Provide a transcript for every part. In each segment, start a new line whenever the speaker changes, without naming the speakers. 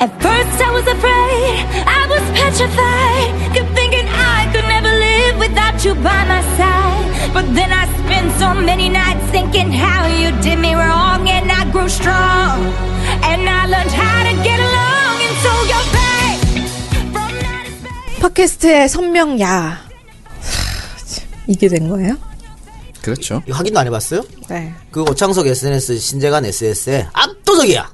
At first I was afraid, I was petrified, kept thinking I could never live without you by my side. But then I spent so many nights thinking how you did me wrong, and I grew strong, and I learned how to get along, and so you're back from outer space.
팟캐스트의 선명야. 하, 참, 이게 된 거예요?
그렇죠.
이거 확인도 안 해봤어요?
네.
그 오창석 SNS 신재관 SS에 압도적이야.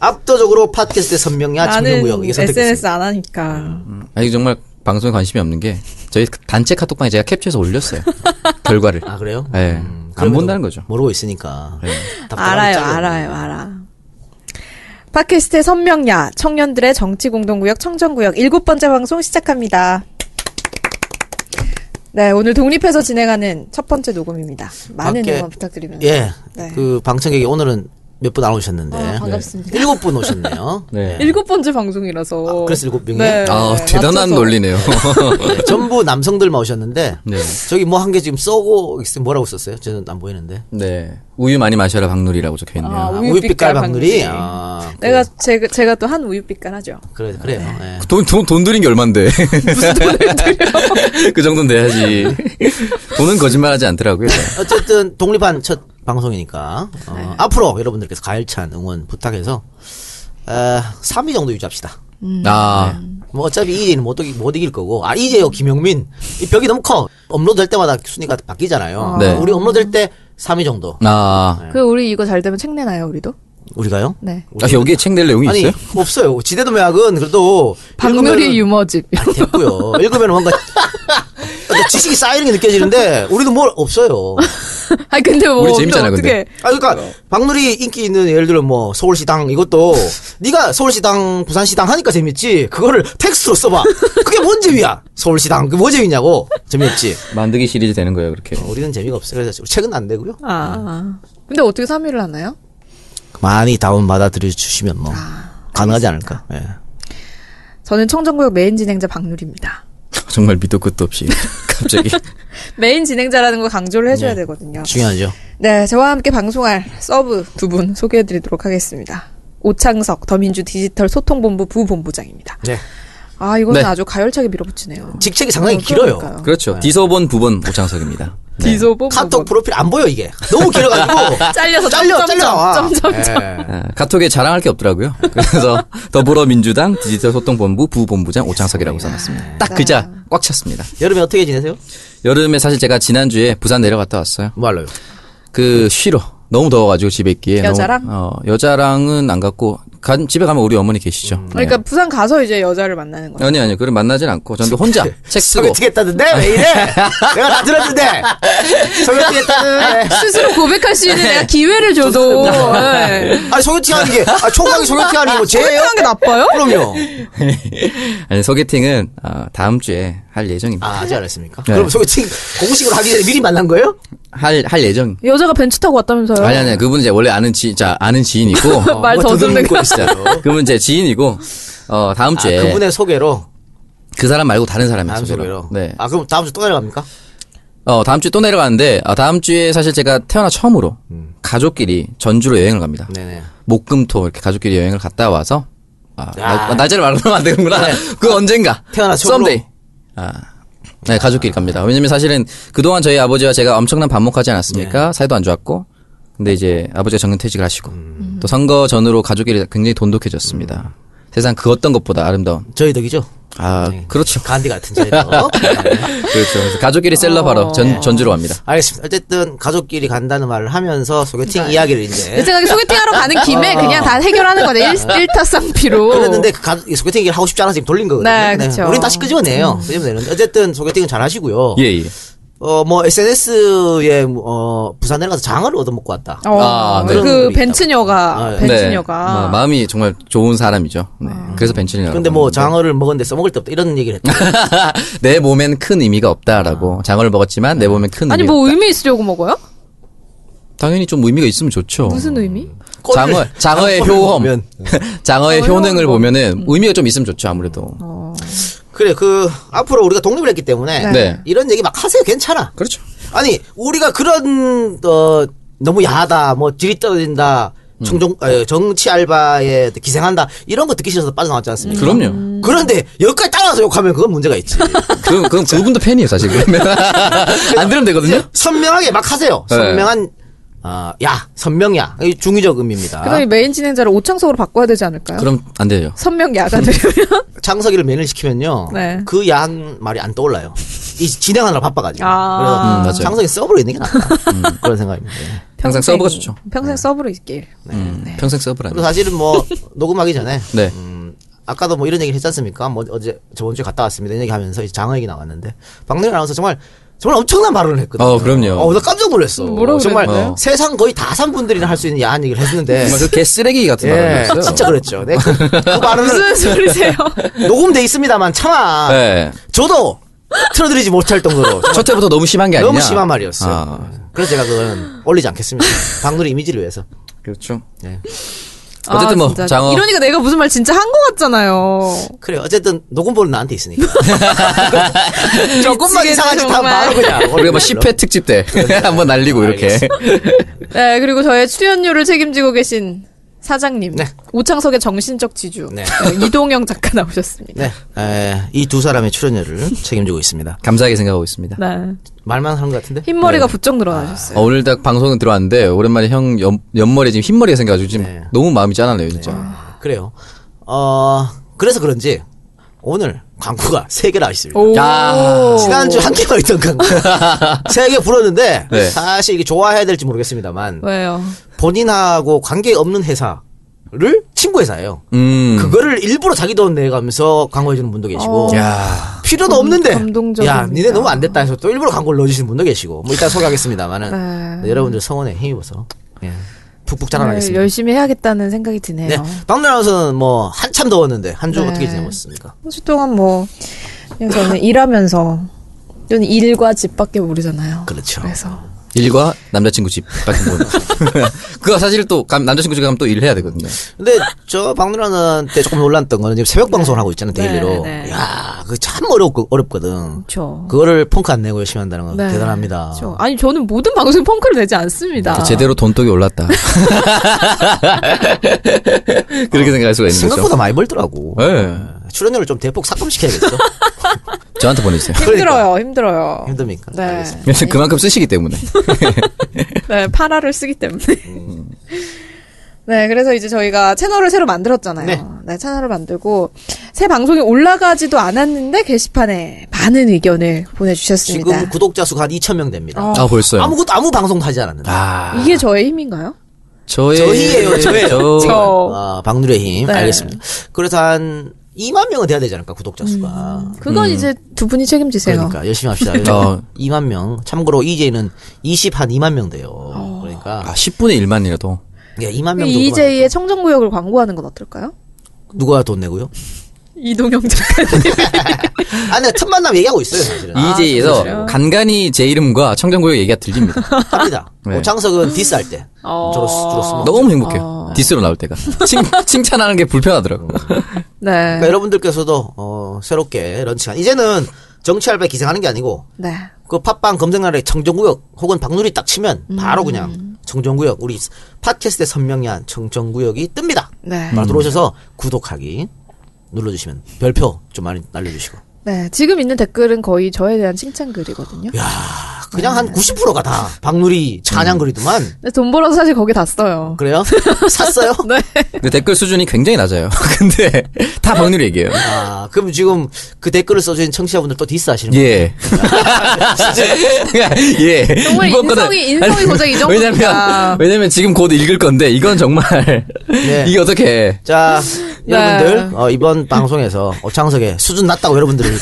압도적으로 팟캐스트 선명야
나는
정명구역 아, 이게 음, 선택했습니다.
SNS 안 하니까.
아니 정말 방송에 관심이 없는 게 저희 그 단체 카톡방에 제가 캡처해서 올렸어요. 결과를.
아 그래요?
예. 안
그러면은
본다는 거죠. 네.
모르고 있으니까. 답답하면
알아요,
자르고.
알아요, 알아. 팟캐스트의 선명야, 청년들의 정치공동구역, 청정구역, 일곱 번째 방송 시작합니다. 네, 오늘 독립해서 진행하는 첫 번째 녹음입니다. 많은
밖에-
응원 부탁드립니다.
예.
네. 어,
그 방청객이 오늘은 몇 분 안 오셨는데.
반갑습니다.
네. 일곱 분 오셨네요.
네.
일곱 번째 방송이라서.
아, 그래서 일곱 명이?
아
네,
대단한
맞춰서.
논리네요.
네, 전부 남성들만 오셨는데.
네.
저기 뭐 한 개 지금 써고 있으면 뭐라고 썼어요? 저는 안 보이는데.
네. 우유 많이 마셔라 박놀이라고 적혀 있네요.
아,
아,
우유 빛깔
우유빛깔 박누리.
박누리.
아,
내가, 제가, 제가 또 한 우유빛깔 하죠.
그래, 그래요. 예.
돈, 돈, 돈 들인 게 얼만데. 무슨 돈을 들여? 그 정도는 내야지. 돈은 거짓말 하지 않더라고요.
어쨌든 독립한 첫 방송이니까 어,
네.
앞으로 여러분들께서 가열찬 응원 부탁해서 어, 3위 정도 유지합시다.
아,
뭐 어차피 이 1위는 못, 이기- 못 이길 거고 아 이제요 김영민 이 벽이 너무 커 업로드 될 때마다 순위가 바뀌잖아요.
네.
우리 업로드 될때 3위 정도
아.
네.
그, 우리 이거 잘 되면 책 내나요, 우리도?
우리가요?
네.
아, 여기에 책 낼 내용이
아니
있어요?
없어요. 지대도 매학은 그래도 읽으면은-
박누리 유머집.
아니, 됐고요. 읽으면 뭔가 어떤 지식이 쌓이는 게 느껴지는데 우리도 뭘 없어요.
아, 근데 뭐.
우리 재밌잖아,
또 어떻게-
아 그러니까 박누리 인기 있는 예를 들어 뭐 서울시당 이것도 네가 서울시당 부산시당 하니까 재밌지 그거를 텍스트로 써봐 그게 뭔 재미야 서울시당 그뭐 재미냐고 재미없지
만들기 시리즈 되는 거예요, 그렇게.
우리는 재미가 없어요 그래서 최근 안 되고요
아. 근데 어떻게 3위를 하나요?
많이 다운 받아 들여주시면 뭐
아,
가능하지 않을까 예.
저는 청정구역 메인 진행자 박누리입니다.
정말 밑도 끝도 없이. 갑자기.
메인 진행자라는 거 강조를 해줘야 되거든요.
예. 중요하죠
네, 저와 함께 방송할 서브 두 분 소개해드리도록 하겠습니다. 오창석 더민주 디지털 소통본부 부본부장입니다.
네.
아, 이거는
네.
아주 가열차게 밀어붙이네요.
직책이 상당히 길어요
그러니까요.
네.
그렇죠. 디서본 부본 오창석입니다.
디소보
카톡
부본.
프로필 안 보여 이게 너무 길어가지고
잘려서
잘려
점점점,
잘려 나와.
점점점.
예.
아, 카톡에 자랑할 게 없더라고요. 그래서 더불어민주당 디지털 소통본부 부본부장 오창석이라고 써놨습니다. 딱 그자 꽉 찼습니다.
여름에 어떻게 지내세요? 뭐
여름에 사실 제가 지난주에 부산 내려갔다 왔어요.
말로요
그 쉬러 너무 더워가지고 집에 있기에
여자랑?
너무- 어, 여자랑은 안 갔고 간- 집에 가면 우리 어머니 계시죠. 네.
그러니까 부산 가서 이제 여자를 만나는 거예요.
아니 아니 그럼 만나진 않고 저는 혼자 책 쓰고
소개팅했다던데 왜 이래? 내가 다 들었는데 아, 소개팅했다는.
네. 스스로 고백할 수 있는 내가 기회를 줘도 네.
아니 소개팅 하는 게 아, 총각이 소개팅 하는 게뭐 죄예요?
소개팅한 게 나빠요?
그럼요.
아니 소개팅은 어, 다음 주에 할 예정입니다.
아, 아직 안 했습니까?
네.
그럼 소개팅 공식으로 하기 전에 미리 만난 거예요?
할 할 예정.
여자가 벤츠 타고 왔다면서요?
아니 아니 그분 이제 원래 아는 지 자, 아는 지인이고
어.
어,
말 더듬는 거.
진짜 그분 제 지인이고 어 다음
아,
주에 그
그분의 소개로
사람 말고 다른 사람이
다음
소개로.
소개로.
네.
아 그럼 다음 주 또 내려갑니까?
어 다음 주에 또 내려가는데 아, 다음 주에 사실 제가 태어나 처음으로 가족끼리 전주로 여행을 갑니다.
네네.
목금토 이렇게 가족끼리 여행을 갔다 와서 아, 날- 날짜를 말하면 안 되는구나. 그 언젠가
네. 태어나 처음으로.
썸데이. 아. 네, 가족끼리 갑니다. 왜냐면 사실은 그동안 저희 아버지와 제가 엄청난 반목하지 않았습니까?
네.
사이도 안 좋았고. 근데 이제 아버지가 정년퇴직을 하시고
음.
또 선거 전으로 가족끼리 굉장히 돈독해졌습니다. 세상 그 어떤 것보다 아름다운.
저희 덕이죠.
아,
네.
그렇죠.
간디 같은 저희 덕. 네.
그렇죠. 그래서 가족끼리 셀러
어.
바로 전, 전주로 갑니다.
알겠습니다. 어쨌든 가족끼리 간다는 말을 하면서 소개팅 이야기를
내
이제
생각에 소개팅하러 가는 김에
아.
그냥 다 해결하는 거네. 일, 일타쌍피로.
그랬는데 그 가, 이 소개팅 얘기를 하고 싶지 않아서 지금 돌린 거거든요.
네, 그쵸.
우린 다시 끄집어내요. 끄집어내는데 어쨌든 소개팅은 잘 하시고요.
예, 예.
어, 뭐, SNS에, 어, 부산 내려가서 장을 얻어먹고 왔다.
어,
아, 네.
그
그런
벤츠녀가,
아, 네.
벤츠녀가. 아.
네. 마음이 정말 좋은 사람이죠. 네. 그래서 벤츠니라고.
그런데 뭐, 장어를 먹었는데 써먹을 때 없다. 이런 얘기를 했다.
내 몸엔 큰 의미가
아.
없다라고 장어를 먹었지만
네.
내 몸엔 큰
아니,
의미가
뭐 의미 있으려고 먹어요?
당연히 좀 의미가 있으면 좋죠.
무슨 의미?
장어
꼴을-
장어의
장어를
효험
보면.
장어의
장어 효험을
효능을
음.
보면은 의미가 좀 있으면 좋죠 아무래도.
어.
그래, 그, 앞으로 우리가 독립을 했기 때문에.
네.
이런 얘기 막 하세요. 괜찮아.
그렇죠.
아니, 우리가 그런, 어, 너무 야하다, 뭐, 질이 떨어진다,
음.
청정 아, 정치 알바에 기생한다 이런 거 듣기 싫어서 빠져나왔지 않습니까?
음. 그럼요.
그런데 여기까지 따라와서 욕하면 그건 문제가 있지.
그, 그럼 그분도 팬이에요, 사실. 그러면. 안 들으면
네.
되거든요?
선명하게 막 하세요.
예? 네.
선명한 아, 야, 선명야. 이 중의적 의미입니다.
그다음에 메인 진행자를 오창석으로 바꿔야 되지 않을까요?
아. 그럼 안 되죠.
선명 야가 되려면
장석이를 매일 시키면요.
네.
그 야한 말이 안 떠올라요. 이 진행하느라 바빠가지고.
아.
그래서
음, 맞아요. 음.
장석이 서브로 있는 게 낫다. 그런 생각입니다. 예.
항상 서브가 좋죠. 네.
평생 네. 서브로 있길.
네.
음, 평생 서브라.
그리고 사실은 뭐, 녹음하기 전에.
네.
음, 아까도 뭐 이런 얘기를 했지 않습니까? 뭐 어제, 저번 주에 갔다 왔습니다. 이런 얘기 하면서 이제 장어 얘기 나왔는데. 박능현 아나운서 정말, 정말 엄청난 발언을 했거든요.
어, 그럼요.
어, 나 깜짝 놀랐어.
음, 뭐라고
정말
그랬나요?
세상 거의 다산 분들이나 할 수 있는 야한 얘기를 했는데.
정말 그 개쓰레기 같은
예,
말이었어요.
진짜 그랬죠. 네, 그, 그
무슨
발언은
소리세요?
녹음돼 있습니다만 차마
네.
저도 틀어드리지 못할 정도로
첫 회부터 너무 심한 게 아니냐?
너무 심한 말이었어요.
아,
그래서 제가 그건 올리지 않겠습니다. 박누리 이미지를 위해서.
그렇죠.
네.
어쨌든 뭐
아, 진짜.
장어.
이러니까 내가 무슨 말 진짜 한 거 같잖아요.
그래 어쨌든 녹음본은 나한테 있으니까. 조금만
미치겠네,
이상한 짓 하면
정말.
바로 그냥.
우리가 뭐
올리는
10회 특집 때 한번 날리고 이렇게.
네 그리고 저의 출연료를 책임지고 계신 사장님
네.
오창석의 정신적 지주
네.
네, 이동영 작가 나오셨습니다.
걸로. 네, 이 두 사람의 출연료를 책임지고 있습니다.
감사하게 생각하고 있습니다.
네.
말만 하는 것 같은데?
흰머리가 부쩍 늘어나셨어요.
어, 오늘 딱 방송은 들어왔는데 오랜만에 형 옆, 옆머리에 지금 흰머리가 생겨가지고 지금
네.
너무 마음이 짠하네요 진짜.
그래요. 어 그래서 그런지 오늘 광고가 세 개나 있습니다.
오.
야.
지난주 한 개만 있던 광고 세 개 불었는데
네.
사실 이게 좋아해야 될지 모르겠습니다만
왜요?
본인하고 관계 없는 회사를 친구 회사예요.
음.
그거를 일부러 자기 돈 내가면서 광고해주는 분도 계시고
야.
필요도
어. 음, 감-
없는데
감동적입니다.
야 니네 너무 안 됐다 해서 또 일부러 광고를 넣어주시는 분도 계시고 뭐 이따 소개하겠습니다만은
네.
네, 여러분들 성원에 힘입어서 예, 푹푹
네,
자라나겠습니다.
열심히 해야겠다는 생각이 드네요.
네, 박나라 아나운서는 뭐 한참 더웠는데 한 주
네.
어떻게 지내셨습니까?
한 주 동안 뭐 그냥 저는 일하면서 저는 일과 집 밖에 모르잖아요.
그렇죠.
그래서
일과 남자친구 집 같은 거. 그거 사실 또 감- 남자친구 집 가면 또 일해야 되거든요.
근데 저 박누라는 때 조금 놀랐던 거는 지금 새벽 방송을 하고 있잖아요 데일리로.
네, 네.
야, 그거 참 어렵고 어렵거든.
그렇죠.
그거를 펑크 안 내고 열심히 한다는 건
네.
대단합니다.
그렇죠. 아니 저는 모든 방송에 펑크를 내지
아.
않습니다.
제대로 돈독이 올랐다. 그렇게 생각할 수가 있는 거죠.
생각보다 많이 벌더라고.
예.
출연료를 좀 대폭 삭감시켜야겠어.
저한테 보내주세요.
힘들어요, 힘들어요.
그러니까. 힘듭니까?
네,
알겠습니다.
그만큼 쓰시기 때문에.
네 파라를 쓰기 때문에. 네, 그래서 이제 저희가 채널을 새로 만들었잖아요. 네.
네.
채널을 만들고 새 방송이 올라가지도 않았는데 게시판에 많은 의견을 보내주셨습니다.
지금 구독자 수가 한 2천 명 됩니다. 네.
어.
아 벌써요.
아무것도 아무 방송도 하지 않았는데.
아
이게 저의 힘인가요?
저의
저희예요, 저의.
저-
저
아, 박누의 힘.
어. 네.
알겠습니다. 그래서 한 2만 명은 돼야 되지 않을까 구독자 수가.
그건 이제 두 분이 책임지세요.
음. 그러니까 열심히 합시다.
어.
2만 명. 참고로 이제는 20 한 2만 명
어.
돼요. 그러니까
아 10분의 1만이라도
야, 2만 명 누구
EJ의 청정구역을 광고하는 건 어떨까요?
누가 돈 내고요?
이동영 작가님.
아, 내가 틈만 나면 얘기하고 있어요, 사실은.
EJ에서
그러세요?
간간히 제 이름과 청정구역 얘기가 들립니다.
합니다.
네.
오창석은 디스할 때.
어.
주로, 주로 쓰면.
네.
너무 행복해요. 디스로 나올 때가 칭, 칭찬하는 게 불편하더라고.
네.
그러니까 여러분들께서도, 어, 새롭게 런칭한. 이제는 정치 알바 기생하는 게 아니고,
네.
그 팟빵 검색란에 정정구역 혹은 박누리 딱 치면 바로 그냥 정정구역 우리 팟캐스트의 선명한 정정구역이 뜹니다.
네.
바로 들어오셔서 구독하기 눌러주시면 별표 좀 많이 날려주시고
네. 지금 있는 댓글은 거의 저에 대한 칭찬글이거든요.
아, 그냥 한 90%가 다 박누리 찬양글이더만
근데 돈 벌어서 사실 거기 다 써요.
그래요? 샀어요?
네.
근데 댓글 수준이 굉장히 낮아요. 근데 다 박누리 얘기예요.
아 그럼 지금 그 댓글을 써주신 청취자분들 또 디스하시는 거예요?
예. 예.
네. 정말
이번 거는-
인성이- 인성이 고작 이 정도니까.
왜냐면, 왜냐면 지금 곧 읽을 건데, 이건 정말,
예.
이게 어떻게,
자
네.
여러분들 어, 이번 방송에서 오창석의 수준 낮다고 여러분들을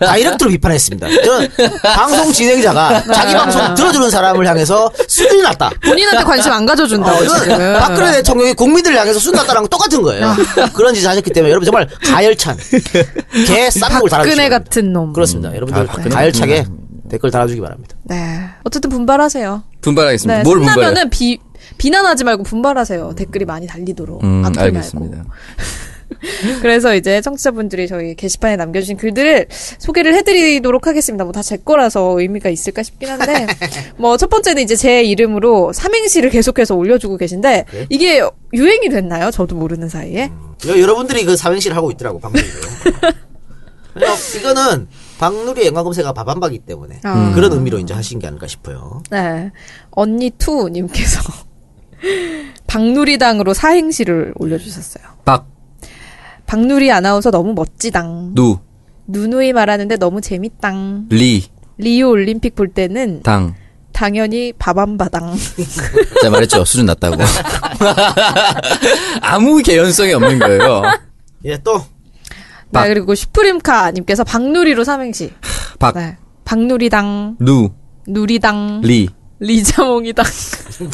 다이렉트로 비판했습니다. 저는 방송 진행자가 자기 방송 들어주는 사람을 향해서 수준이 낮다.
본인한테 관심 안 가져준다고
어,
아, 지금. 아.
이건 박근혜 대통령이 국민들을 향해서 수준 낮다랑 똑같은 거예요. 그런 짓을 하셨기 때문에 여러분 정말 가열찬 개 쌍욕을
박근혜
달아주시기 바랍니다.
같은 놈.
그렇습니다. 여러분들
아, 박근혜
가열차게
같은
댓글 달아주기 바랍니다.
네. 어쨌든 분발하세요.
분발하겠습니다.
네.
음, 뭘 분발해요?
신나면은 비, 비난하지 말고 분발하세요. 댓글이 많이 달리도록.
음,
아플
알겠습니다.
말고. 그래서 이제 청취자분들이 저희 게시판에 남겨주신 글들을 소개를 해드리도록 하겠습니다. 뭐 다 제 거라서 의미가 있을까 싶긴 한데 뭐 첫 번째는 이제 제 이름으로 삼행시를 계속해서 올려주고
아,
계신데 이게 유행이 됐나요? 저도 모르는 사이에
음.
여, 여러분들이 그 삼행시를 하고 있더라고 방송에서. 그래서 이거는 박누리 앵화 검색어 바밤바기 때문에 음.
아.
그런 의미로 이제 하신 게 아닐까 싶어요.
네 언니 투 님께서 박누리당으로 사행시를 올려주셨어요.
박,
박누리 아나운서 너무 멋지당.
누,
누누이 말하는데 너무 재밌당.
리,
리오 올림픽 볼 때는
당.
당연히 밥안바당.
제가 말했죠. 수준 낮다고. 아무 개연성이 없는 거예요.
예, 또
박.
네, 그리고 슈프림카님께서 박누리로 삼행시.
박,
네. 박누리당,
누,
누리당,
리.
리자몽이당.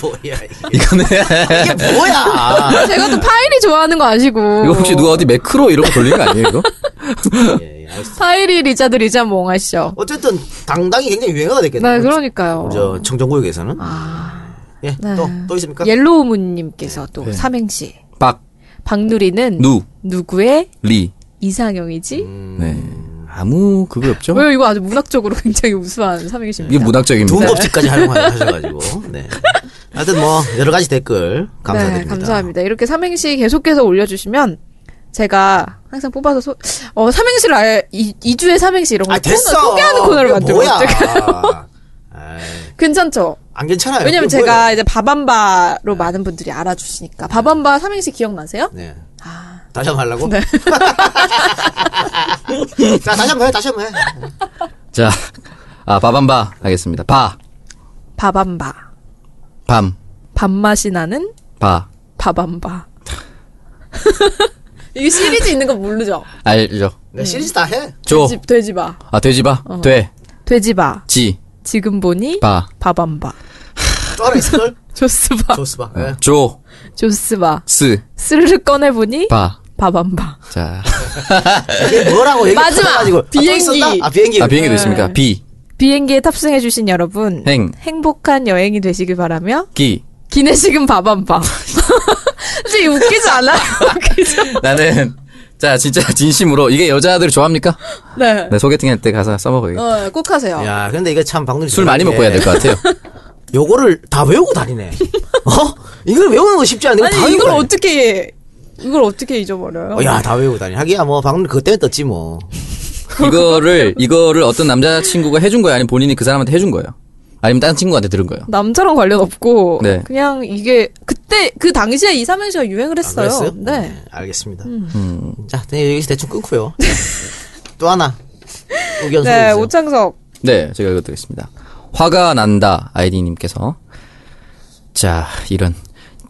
뭐야 이게,
이거는
이게 뭐야?
제가 또 파일이 좋아하는 거 아시고.
이거 혹시 누가 어디 매크로 이런 거 돌리는 거 아니에요, 이거?
예, 예, 알겠습니다.
파일이 리자드 리자몽 아시죠?
어쨌든 당당히 굉장히 유행어가 됐겠네요.
네, 그러니까요.
저 청정구역에서는 예,
네.
또 또 있습니까?
옐로우문님께서 또 삼행시.
박,
박누리는
네. 누,
누구의
리.
이상형이지?
네. 아무 그거 없죠?
왜요? 이거 아주 문학적으로 굉장히 우수한 삼행시입니다.
이게 문학적입니다.
네.
좋은 법칙까지 활용하셔가지고 네. 하여튼 뭐 여러 가지 댓글 감사드립니다.
네, 감사합니다. 이렇게 삼행시 계속해서 올려주시면 제가 항상 뽑아서 소, 어, 삼행시를 아예 이, 2주에 삼행시 이런 거
아 됐어.
코너, 소개하는 코너를
이거
만들면
뭐야? 아,
어떡해.
아이,
괜찮죠?
안 괜찮아요.
왜냐면
이거 뭐예요?
제가 이제 바밤바로 많은 분들이 알아주시니까 바밤바 삼행시 기억나세요?
네.
아.
다시 한번 하려고?
네.
자, 다시 한번 해, 다시 한번 해.
자, 아, 바밤바 하겠습니다. 바,
바밤바
밤,
밥맛이 나는
바.
바밤바 이게 시리즈 있는 거 모르죠?
알죠.
음.
네, 시리즈 다 해.
조,
돼지, 돼지바
아, 돼지바, 돼,
돼지바
지,
지금 보니
바,
바밤바
또 하나 있을걸?
조스바
좋스바. 네.
조,
조스바
스,
스르륵 꺼내보니
바.
바밤바
자,
이게 뭐라고 얘기
마지막!
가지고
비행기.
아, 비행기.
아, 비행기 됐습니까? 비,
비행기에 탑승해주신 여러분
네.
행.
복한 여행이 되시길 바라며
기.
기내식은 밥안방 솔직히 웃기지 않아요? 웃기죠?
나는, 자, 진짜 진심으로. 이게 여자들 좋아합니까?
네.
네, 소개팅 할 때 가서 써먹어요.
어, 꼭 하세요
야, 근데 이게 참 방금 예.
술 많이 먹고 해야 될 것 같아요.
요거를 다 외우고 다니네. 어? 이걸 외우는 거 쉽지 않은데
아니
다
이걸
외우고 다니-
어떻게 이걸 어떻게 잊어버려요?
어, 야, 다 외우고 다니. 하기야 뭐 방금 그때문 떴지 뭐.
이거를, 이거를 어떤 남자친구가 해준 거예요? 아니면 본인이 그 사람한테 해준 거예요? 아니면 다른 친구한테 들은 거예요?
남자랑 관련 없고
네.
그냥 이게 그때 그 당시에 이삼행시가 유행을
아,
했어요
그랬어요?
네.
알겠습니다.
음.
자, 네, 여기서 대충 끊고요. 또 하나. 의견
네,
어. 소개해주세요.
오창석
네, 제가 읽어드리겠습니다. 화가 난다 아이디님께서 자 이런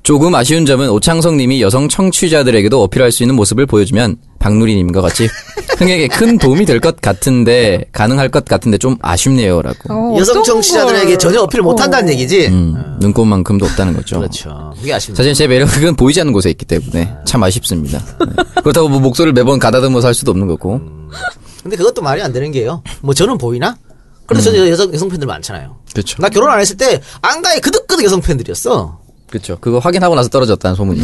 조금 아쉬운 점은 오창성님이 여성 청취자들에게도 어필할 수 있는 모습을 보여주면 박누리님과 같이 흥에게 큰 도움이 될 것 같은데 가능할 것 같은데 좀 아쉽네요라고
어,
여성
어떤
청취자들에게
걸-
전혀 어필 못 한다는
어.
얘기지.
음, 눈꽃만큼도 없다는 거죠.
그렇죠. 그게 아쉽네요.
사실 제 매력은 보이지 않는 곳에 있기 때문에 참 아쉽습니다. 네. 그렇다고 뭐 목소리를 매번 가다듬어서 할 수도 없는 거고
근데 그것도 말이 안 되는 게요. 뭐 저는 보이나? 그래도 저는 여성, 여성 팬들 많잖아요.
음. 그렇죠.
나 결혼 안 했을 때 안가에 그득그득 여성 팬들이었어.
그렇죠. 그거 확인하고 나서 떨어졌다는 소문이.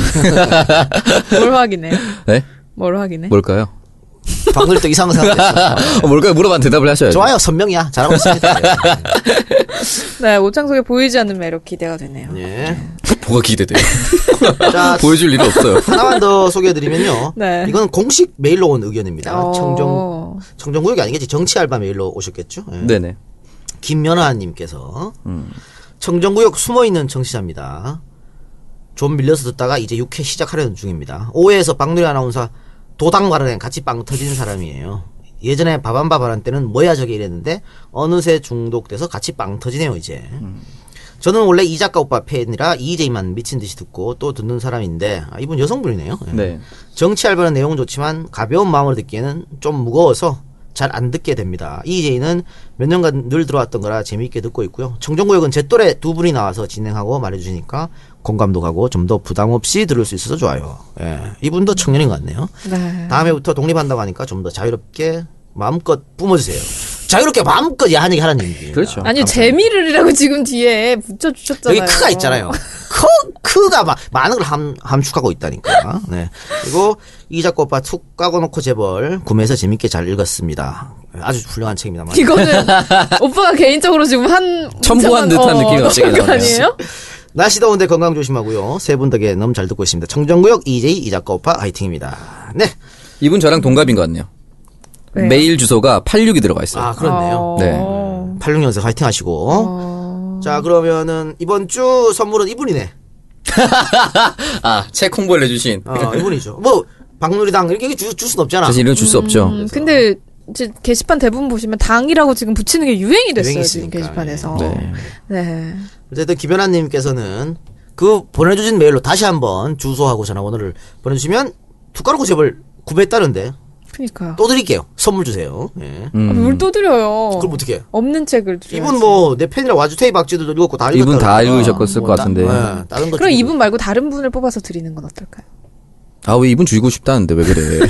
뭘 확인해
네?
뭘 확인해
뭘까요?
방금 또 이상한 생각 했어.
어, 뭘까요? 물어봐면 대답을 하셔야죠.
좋아요, 선명이야. 잘하고 있습니다.
네 오창석의 보이지 않는 매력 기대가 되네요
예.
뭐가 기대돼요?
자,
보여줄 일이 없어요.
하나만 더 소개해드리면요.
네.
이건 공식 메일로 온 의견입니다.
어.
아, 청정, 청정구역이 아니겠지. 정치알바 메일로 오셨겠죠? 예.
네네.
김연아님께서 청정구역 숨어있는 청취자입니다. 좀 밀려서 듣다가 이제 6회 시작하려는 중입니다. 5회에서 박누리 아나운서 도당 발언에 같이 빵 터지는 사람이에요. 예전에 바밤바 발언 때는 뭐야 저게 이랬는데 어느새 중독돼서 같이 빵 터지네요 이제. 저는 원래 이 작가 오빠 팬이라 EJ만 미친 듯이 듣고 또 듣는 사람인데 아, 이분 여성분이네요. 예.
네.
정치 알바는 내용은 좋지만 가벼운 마음으로 듣기에는 좀 무거워서 잘 안 듣게 됩니다. EJ는 몇 년간 늘 들어왔던 거라 재미있게 듣고 있고요. 청정구역은 제 또래 두 분이 나와서 진행하고 말해주시니까 공감도 가고 좀 더 부담 없이 들을 수 있어서 좋아요. 예, 이분도 청년인 것 같네요.
네.
다음에부터 독립한다고 하니까 좀 더 자유롭게 마음껏 뿜어주세요. 자유롭게 마음껏 야한 얘기 하라는 얘기입니다.
그렇죠.
아니
감사합니다.
재미를이라고 지금 뒤에 붙여주셨잖아요.
여기 크가 있잖아요. 크, 크가 막 많은 걸 함, 함축하고 있다니까. 네. 그리고 이작고 오빠 툭 까고 놓고 재벌 구매해서 재밌게 잘 읽었습니다. 아주 훌륭한 책입니다만.
이거는 오빠가 개인적으로 지금 한
첨부한 듯한 느낌이 갑자기
나는 거
나네요.
아니에요?
날씨 더운데 건강 조심하고요. 세 분 덕에 너무 잘 듣고 있습니다. 청정구역 EJ 이작가 오빠 화이팅입니다. 네.
이분 저랑 동갑인 것 같네요.
왜요?
메일 주소가 86이 들어가 있어요.
아 그렇네요.
어.
네.
86년생 화이팅 하시고. 자 그러면은 이번 주 선물은 이분이네.
아, 책 홍보를 해주신.
어, 이분이죠. 뭐 박누리당 이렇게 줄, 줄 순 없잖아.
사실 이런 줄 수 없죠.
음, 근데 이제 게시판 대부분 보시면 당이라고 지금 붙이는 게 유행이 됐어요
유행이
지금
있으니까,
게시판에서.
네.
네.
어쨌든 김연아님께서는 그 보내주신 메일로 다시 한번 주소하고 전화번호를 보내주시면 두가루고 제발 구매했다는데
그니까요.
또 드릴게요. 선물 주세요. 예.
아, 뭘 떠드려요.
그럼 어떻게? 해?
없는 책을 줘야지.
이분 뭐 내 팬이라 와주테이 박쥐도 읽었고 다 읽었다.
이분 다
그러니까.
읽으셨을 것
다-
같은데.
예, 다른 거
그럼
좀-
이분 말고 다른 분을 뽑아서 드리는 건 어떨까요?
아, 왜 이분 죽이고 싶다는데 왜 그래.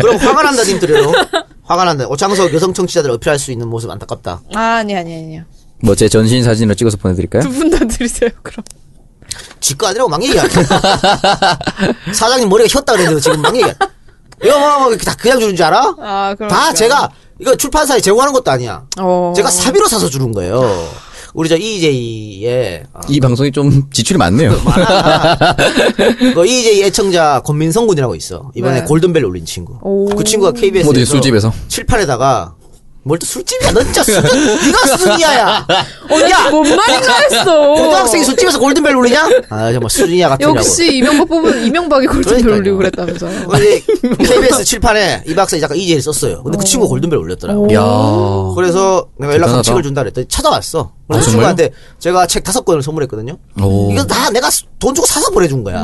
그럼 화가 난다 지금 드려요. 화가 난다. 오창석 여성 청취자들 어필할 수 있는 모습 안타깝다.
아, 아니 아니 아니요.
뭐 제 전신 사진을 찍어서 보내드릴까요?
두 분 다 드리세요. 그럼.
지거 아니라고 막 얘기야. 사장님 머리가 혔다 그랬는데 지금 막 얘기야. 이거 뭐, 뭐 이렇게 다 그냥 주는 줄 알아?
아, 그럼.
다 제가 이거 출판사에 제공하는 것도 아니야.
어.
제가 사비로 사서 주는 거예요. 우리 저 E EJ의 어,
이 방송이 좀 지출이 많네요.
그 EJ 애청자 권민성 군이라고 있어. 이번에
네.
골든벨 올린 친구.
오.
그 친구가 KBS에서
어디 술집에서?
칠판에다가 뭘 또 술집이야? 넌 진짜 술, 네가 술이야야. 야,
뭔 말인가 했어.
고등학생이 술집에서 골든벨 울리냐? 아 정말 수준이야 같으냐고.
역시 이명박 뽑은 이명박이 골든벨
그러니까요.
올리고 그랬다면서요.
근데 KBS 칠판에 이 박사 이 작가 이재를 썼어요. 근데 그 친구 골든벨 올렸더라고.
이야.
그래서 내가 연락하면
어. 대단하다.
책을 준다 그랬더니 찾아왔어.
아,
그래서
정말요?
그 친구한테 제가 책 다섯 권을 선물했거든요.
오.
이거 다 내가 수- 돈 주고 사서 보내준 거야.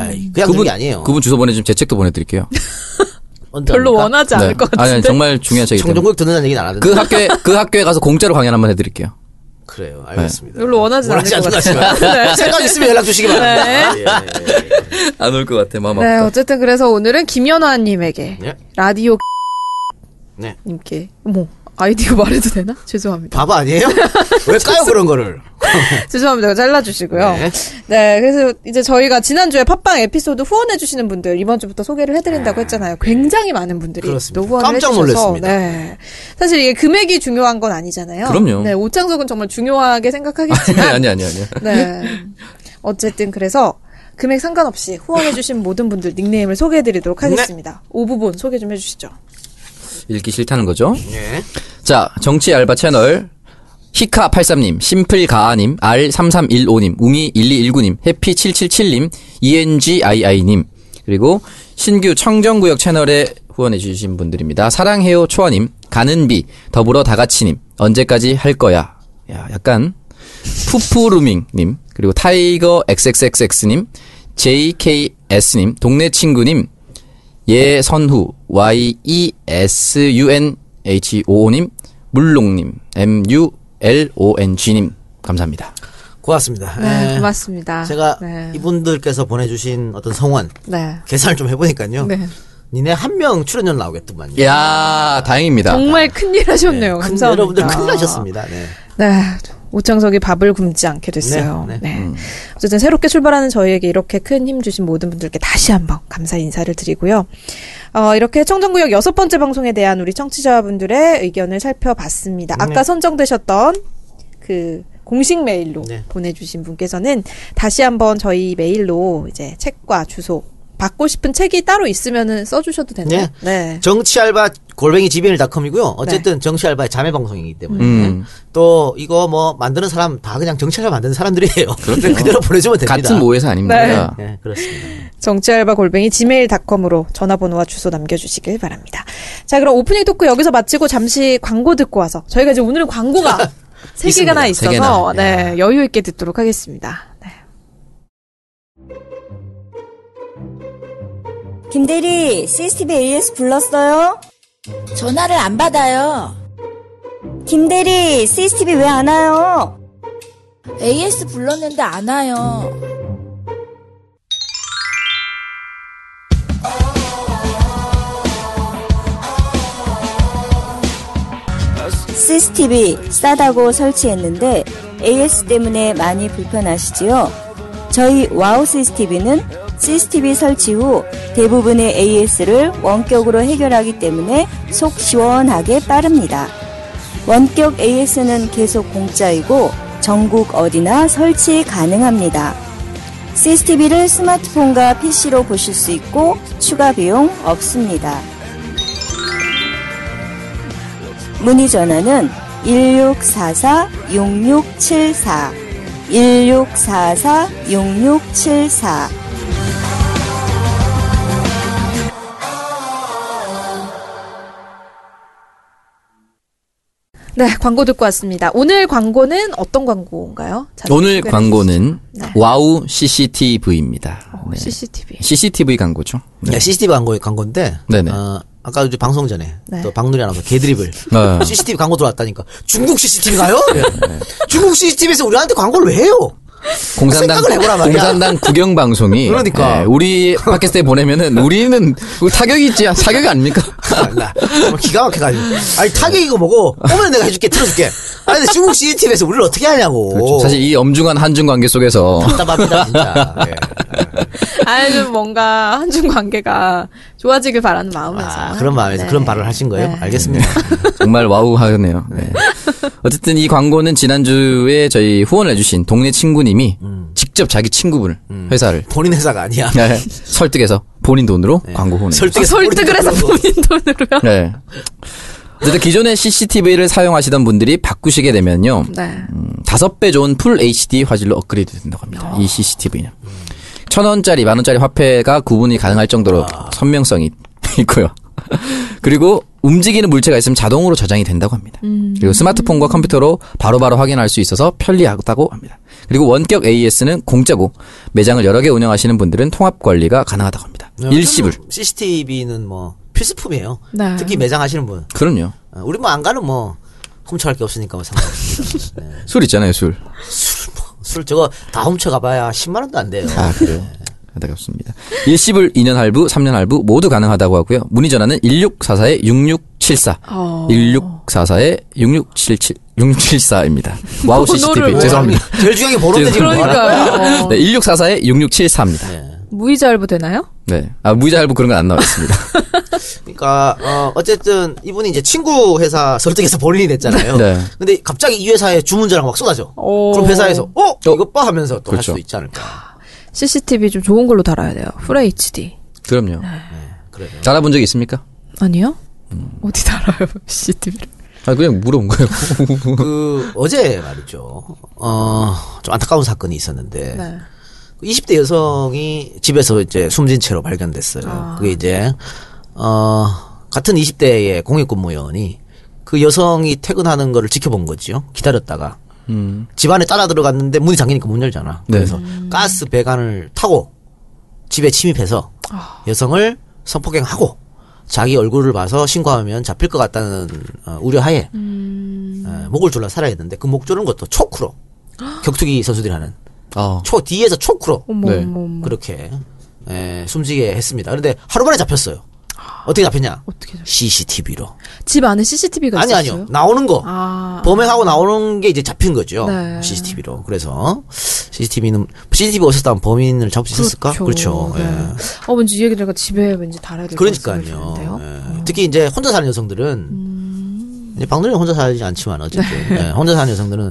아이, 그냥 준게 아니에요.
음. 그분 주소 보내주면 제 책도 보내드릴게요.
언제
별로
합니까?
원하지
네.
않을 것
아니,
같은데.
아니, 정말 중요한 책이기 때문에.
청정국 듣는다는 얘기는 안 하던데.
그 학교에, 그 학교에 가서 공짜로 강연 한번 해드릴게요.
그래요. 알겠습니다.
네. 별로 원하지 않을 것 네.
않지만 생각 있으면 연락 주시기 바랍니다. 예, 예, 예.
안 올 것 같아, 마음
네, 어쨌든 그래서 오늘은 김연아님에게
뭐. 네.
라디오
네.
님께 어머 아이디가 말해도 되나? 죄송합니다.
바보 아니에요? 왜 까요 그런 거를?
죄송합니다. 이거 잘라주시고요.
네.
네. 그래서 이제 저희가 지난주에 팟빵 에피소드 후원해주시는 분들 이번 주부터 소개를 해드린다고 했잖아요. 굉장히 많은 분들이
그렇습니다.
또 후원을
깜짝
해주셔서
놀랐습니다.
네. 사실 이게 금액이 중요한 건 아니잖아요.
그럼요.
네, 오창석은 정말 중요하게 생각하겠지만
아니, 아니, 아니.
네. 어쨌든 그래서 금액 상관없이 후원해주신 모든 분들 닉네임을 소개해드리도록 하겠습니다. 오부분 소개 좀 해주시죠.
읽기 싫다는 거죠?
예.
자, 정치 알바 채널. 히카83님, 심플가아님, R3315님, 웅이1219님, 해피777님, ENGII님, 그리고 신규 청정구역 채널에 후원해주신 분들입니다. 사랑해요 초아님, 가는비, 더불어 다같이님, 언제까지 할 거야. 야, 약간, 푸푸루밍님, 그리고 타이거 XXXX님, JKS님, 동네 친구님, 예선후 Y E S U N H O 님 물롱님 M U L O N G 님 감사합니다.
고맙습니다.
네,
예.
고맙습니다.
제가
네.
이분들께서 보내주신 어떤 성원
네.
계산을 좀 해보니까요.
네.
니네 한 명 출연료 나오겠더만요.
야 다행입니다.
정말 큰일 하셨네요.
큰-
감사합니다.
아.
여러분들 큰일 나셨습니다. 네.
네. 오창석이 밥을 굶지 않게 됐어요.
네,
네,
네.
어쨌든 새롭게 출발하는 저희에게 이렇게 큰 힘 주신 모든 분들께 다시 한번 감사 인사를 드리고요. 어, 이렇게 청정구역 여섯 번째 방송에 대한 우리 청취자분들의 의견을 살펴봤습니다. 아까
네.
선정되셨던 그 공식 메일로
네.
보내주신 분께서는 다시 한번 저희 메일로 이제 책과 주소 받고 싶은 책이 따로 있으면은 써주셔도 되나요? 네.
정치알바 골뱅이 지비닐닷컴이고요. 어쨌든 정치알바의 자매 방송이기 때문에 네.
음.
또 이거 뭐 만드는 사람 다 그냥 정치알바 만드는 사람들이에요. 그대로 보내주면 됩니다.
그렇죠. 같은 모회사 아닙니다.
네, 그렇습니다.
정치알바 골뱅이 gmail.com으로 전화번호와 주소 남겨주시길 바랍니다. 자, 그럼 오프닝 토크 여기서 마치고 잠시 광고 듣고 와서 저희가 이제 오늘은 광고가 세
있습니다.
개가나
세
있어서
개나.
네, 여유 있게 듣도록 하겠습니다. 네.
김대리, CCTV AS 불렀어요?
전화를 안 받아요.
김대리, CCTV 왜 안 와요?
AS 불렀는데 안 와요.
CCTV 싸다고 설치했는데 AS 때문에 많이 불편하시지요? 저희 와우 CCTV는 CCTV 설치 후 대부분의 AS를 원격으로 해결하기 때문에 속 시원하게 빠릅니다. 원격 AS는 계속 공짜이고 전국 어디나 설치 가능합니다. CCTV를 스마트폰과 PC로 보실 수 있고 추가 비용 없습니다. 문의 전화는 1644-6674 1644-6674
네, 광고 듣고 왔습니다. 오늘 광고는 어떤 광고인가요? 자세히
오늘
소개해
광고는
네.
와우 CCTV입니다.
어,
네.
주시죠. CCTV.
CCTV 광고죠. 네.
네. CCTV 광고의 광고인데
네네.
어, 아까 이제 방송 전에
네.
또 박누리 아나운서 개드립을
아.
CCTV 광고 들어왔다니까 중국 CCTV가요?
네.
네. 중국 CCTV에서 우리한테 광고를 왜 해요?
공산당
생각을 해보란 말이야.
공산당 국영 방송이 네,
그러니까.
우리 팟캐스트에 보내면은 우리는 그 타격이 있지 사격이 아닙니까?
아, 나 정말 기가 막혀가지고 아니 타격이고 뭐고 오면 내가 해줄게 틀어줄게 아니 근데 중국 CCTV에서 우리를 어떻게 하냐고
그렇죠. 사실 이 엄중한 한중 관계 속에서
답답합니다 진짜 예.
아, 좀 뭔가 한중 관계가 좋아지길 바라는 마음에서.
아, 그런 마음에서
네.
그런 말을 하신 거예요?
네.
알겠습니다
정말 와우하네요. 네. 어쨌든 이 광고는 지난주에 저희 후원을 해주신 동네 친구님이
음.
직접 자기 친구분을 회사를
본인 회사가 아니야
네, 설득해서 본인 돈으로 광고 후원을
아,
네. 설득해서
설득을 해서
본인
본인 돈으로요?
네. 어쨌든 기존의 CCTV를 사용하시던 분들이 바꾸시게 되면요.
네.
음, 다섯 배 좋은 풀 HD 화질로 업그레이드 된다고 합니다. 이 CCTV는. 천 원짜리, 만 원짜리 화폐가 구분이 가능할 정도로 선명성이 있고요. 그리고 움직이는 물체가 있으면 자동으로 저장이 된다고 합니다. 그리고 스마트폰과 컴퓨터로 바로바로 확인할 수 있어서 편리하다고 합니다. 그리고 원격 AS는 공짜고 매장을 여러 개 운영하시는 분들은 통합 관리가 가능하다고 합니다.
요즘
일시불.
네, CCTV는 뭐 필수품이에요
네.
특히 매장 하시는 분
그럼요.
어, 우리 뭐 안 가는 뭐 훔쳐갈 게 없으니까 뭐 상관없습니다. 네.
술 있잖아요, 술.
술 저거 다 훔쳐가봐야 10만 원도 안 돼요.
아, 그래요? 안타깝습니다. 일시불 2년 할부, 3년 할부 모두 가능하다고 하고요. 문의 전화는 1644-6674.
어.
1644-6677, 6674입니다. 와우 CCTV.
번호를
죄송합니다.
제일 중요한 게 보는데 지금 뭐 하는 거야?
그러니까요. 어.
네, 1644-6674입니다.
무이자 할부 되나요?
네. 아, 무이자 할부 그런 건 안 나와 있습니다.
그러니까 어, 어쨌든 이분이 이제 친구 회사 설득해서 본인이 됐잖아요.
네.
근데 갑자기 이 회사에 주문자랑 막 쏟아져.
오.
그럼 회사에서 어, 이것 봐 하면서 또 할
그렇죠.
수도 있지 않을까.
CCTV 좀 좋은 걸로 달아야 돼요. 풀 HD.
그럼요.
네.
그래요.
알아본 적이 있습니까?
아니요? 어디 달아요, CCTV를?
아, 그냥 물어본 거예요.
그 어제 말이죠. 어좀 안타까운 사건이 있었는데
네.
20대 여성이 집에서 이제 숨진 채로 발견됐어요. 그게 이제 어 같은 20대의 공익근무요원이 그 여성이 퇴근하는 거를 지켜본 거지요. 기다렸다가 집안에 따라 들어갔는데 문이 잠기니까 문 열잖아.
네.
그래서 가스 배관을 타고 집에 침입해서 여성을 성폭행하고 자기 얼굴을 봐서 신고하면 잡힐 것 같다는 어, 우려하에 어, 목을 졸라 살아있는데 그 목 조르는 것도 초크로 격투기 선수들이 하는
아,
초 뒤에서 초크로
어머,
네.
어머, 어머.
그렇게 에, 숨지게 했습니다. 그런데 하루 만에 잡혔어요. 어떻게 잡혔냐?
어떻게 잡-
CCTV로.
집 안에 CCTV가
아니
있었어요?
아니요. 나오는 거.
아,
범행하고 나오는 게 이제 잡힌 거죠.
네.
CCTV로. 그래서 CCTV는 CCTV 없었다면 범인을 잡을 수 있었을까? 그렇죠.
네.
예.
어, 왠지 이 얘기 들으니까 집에 왠지 달아야 될것
그러니까요. 예. 특히 이제 혼자 사는 여성들은 이제 박노래 혼자 살지 않지만 어쨌든 예, 혼자 사는 여성들은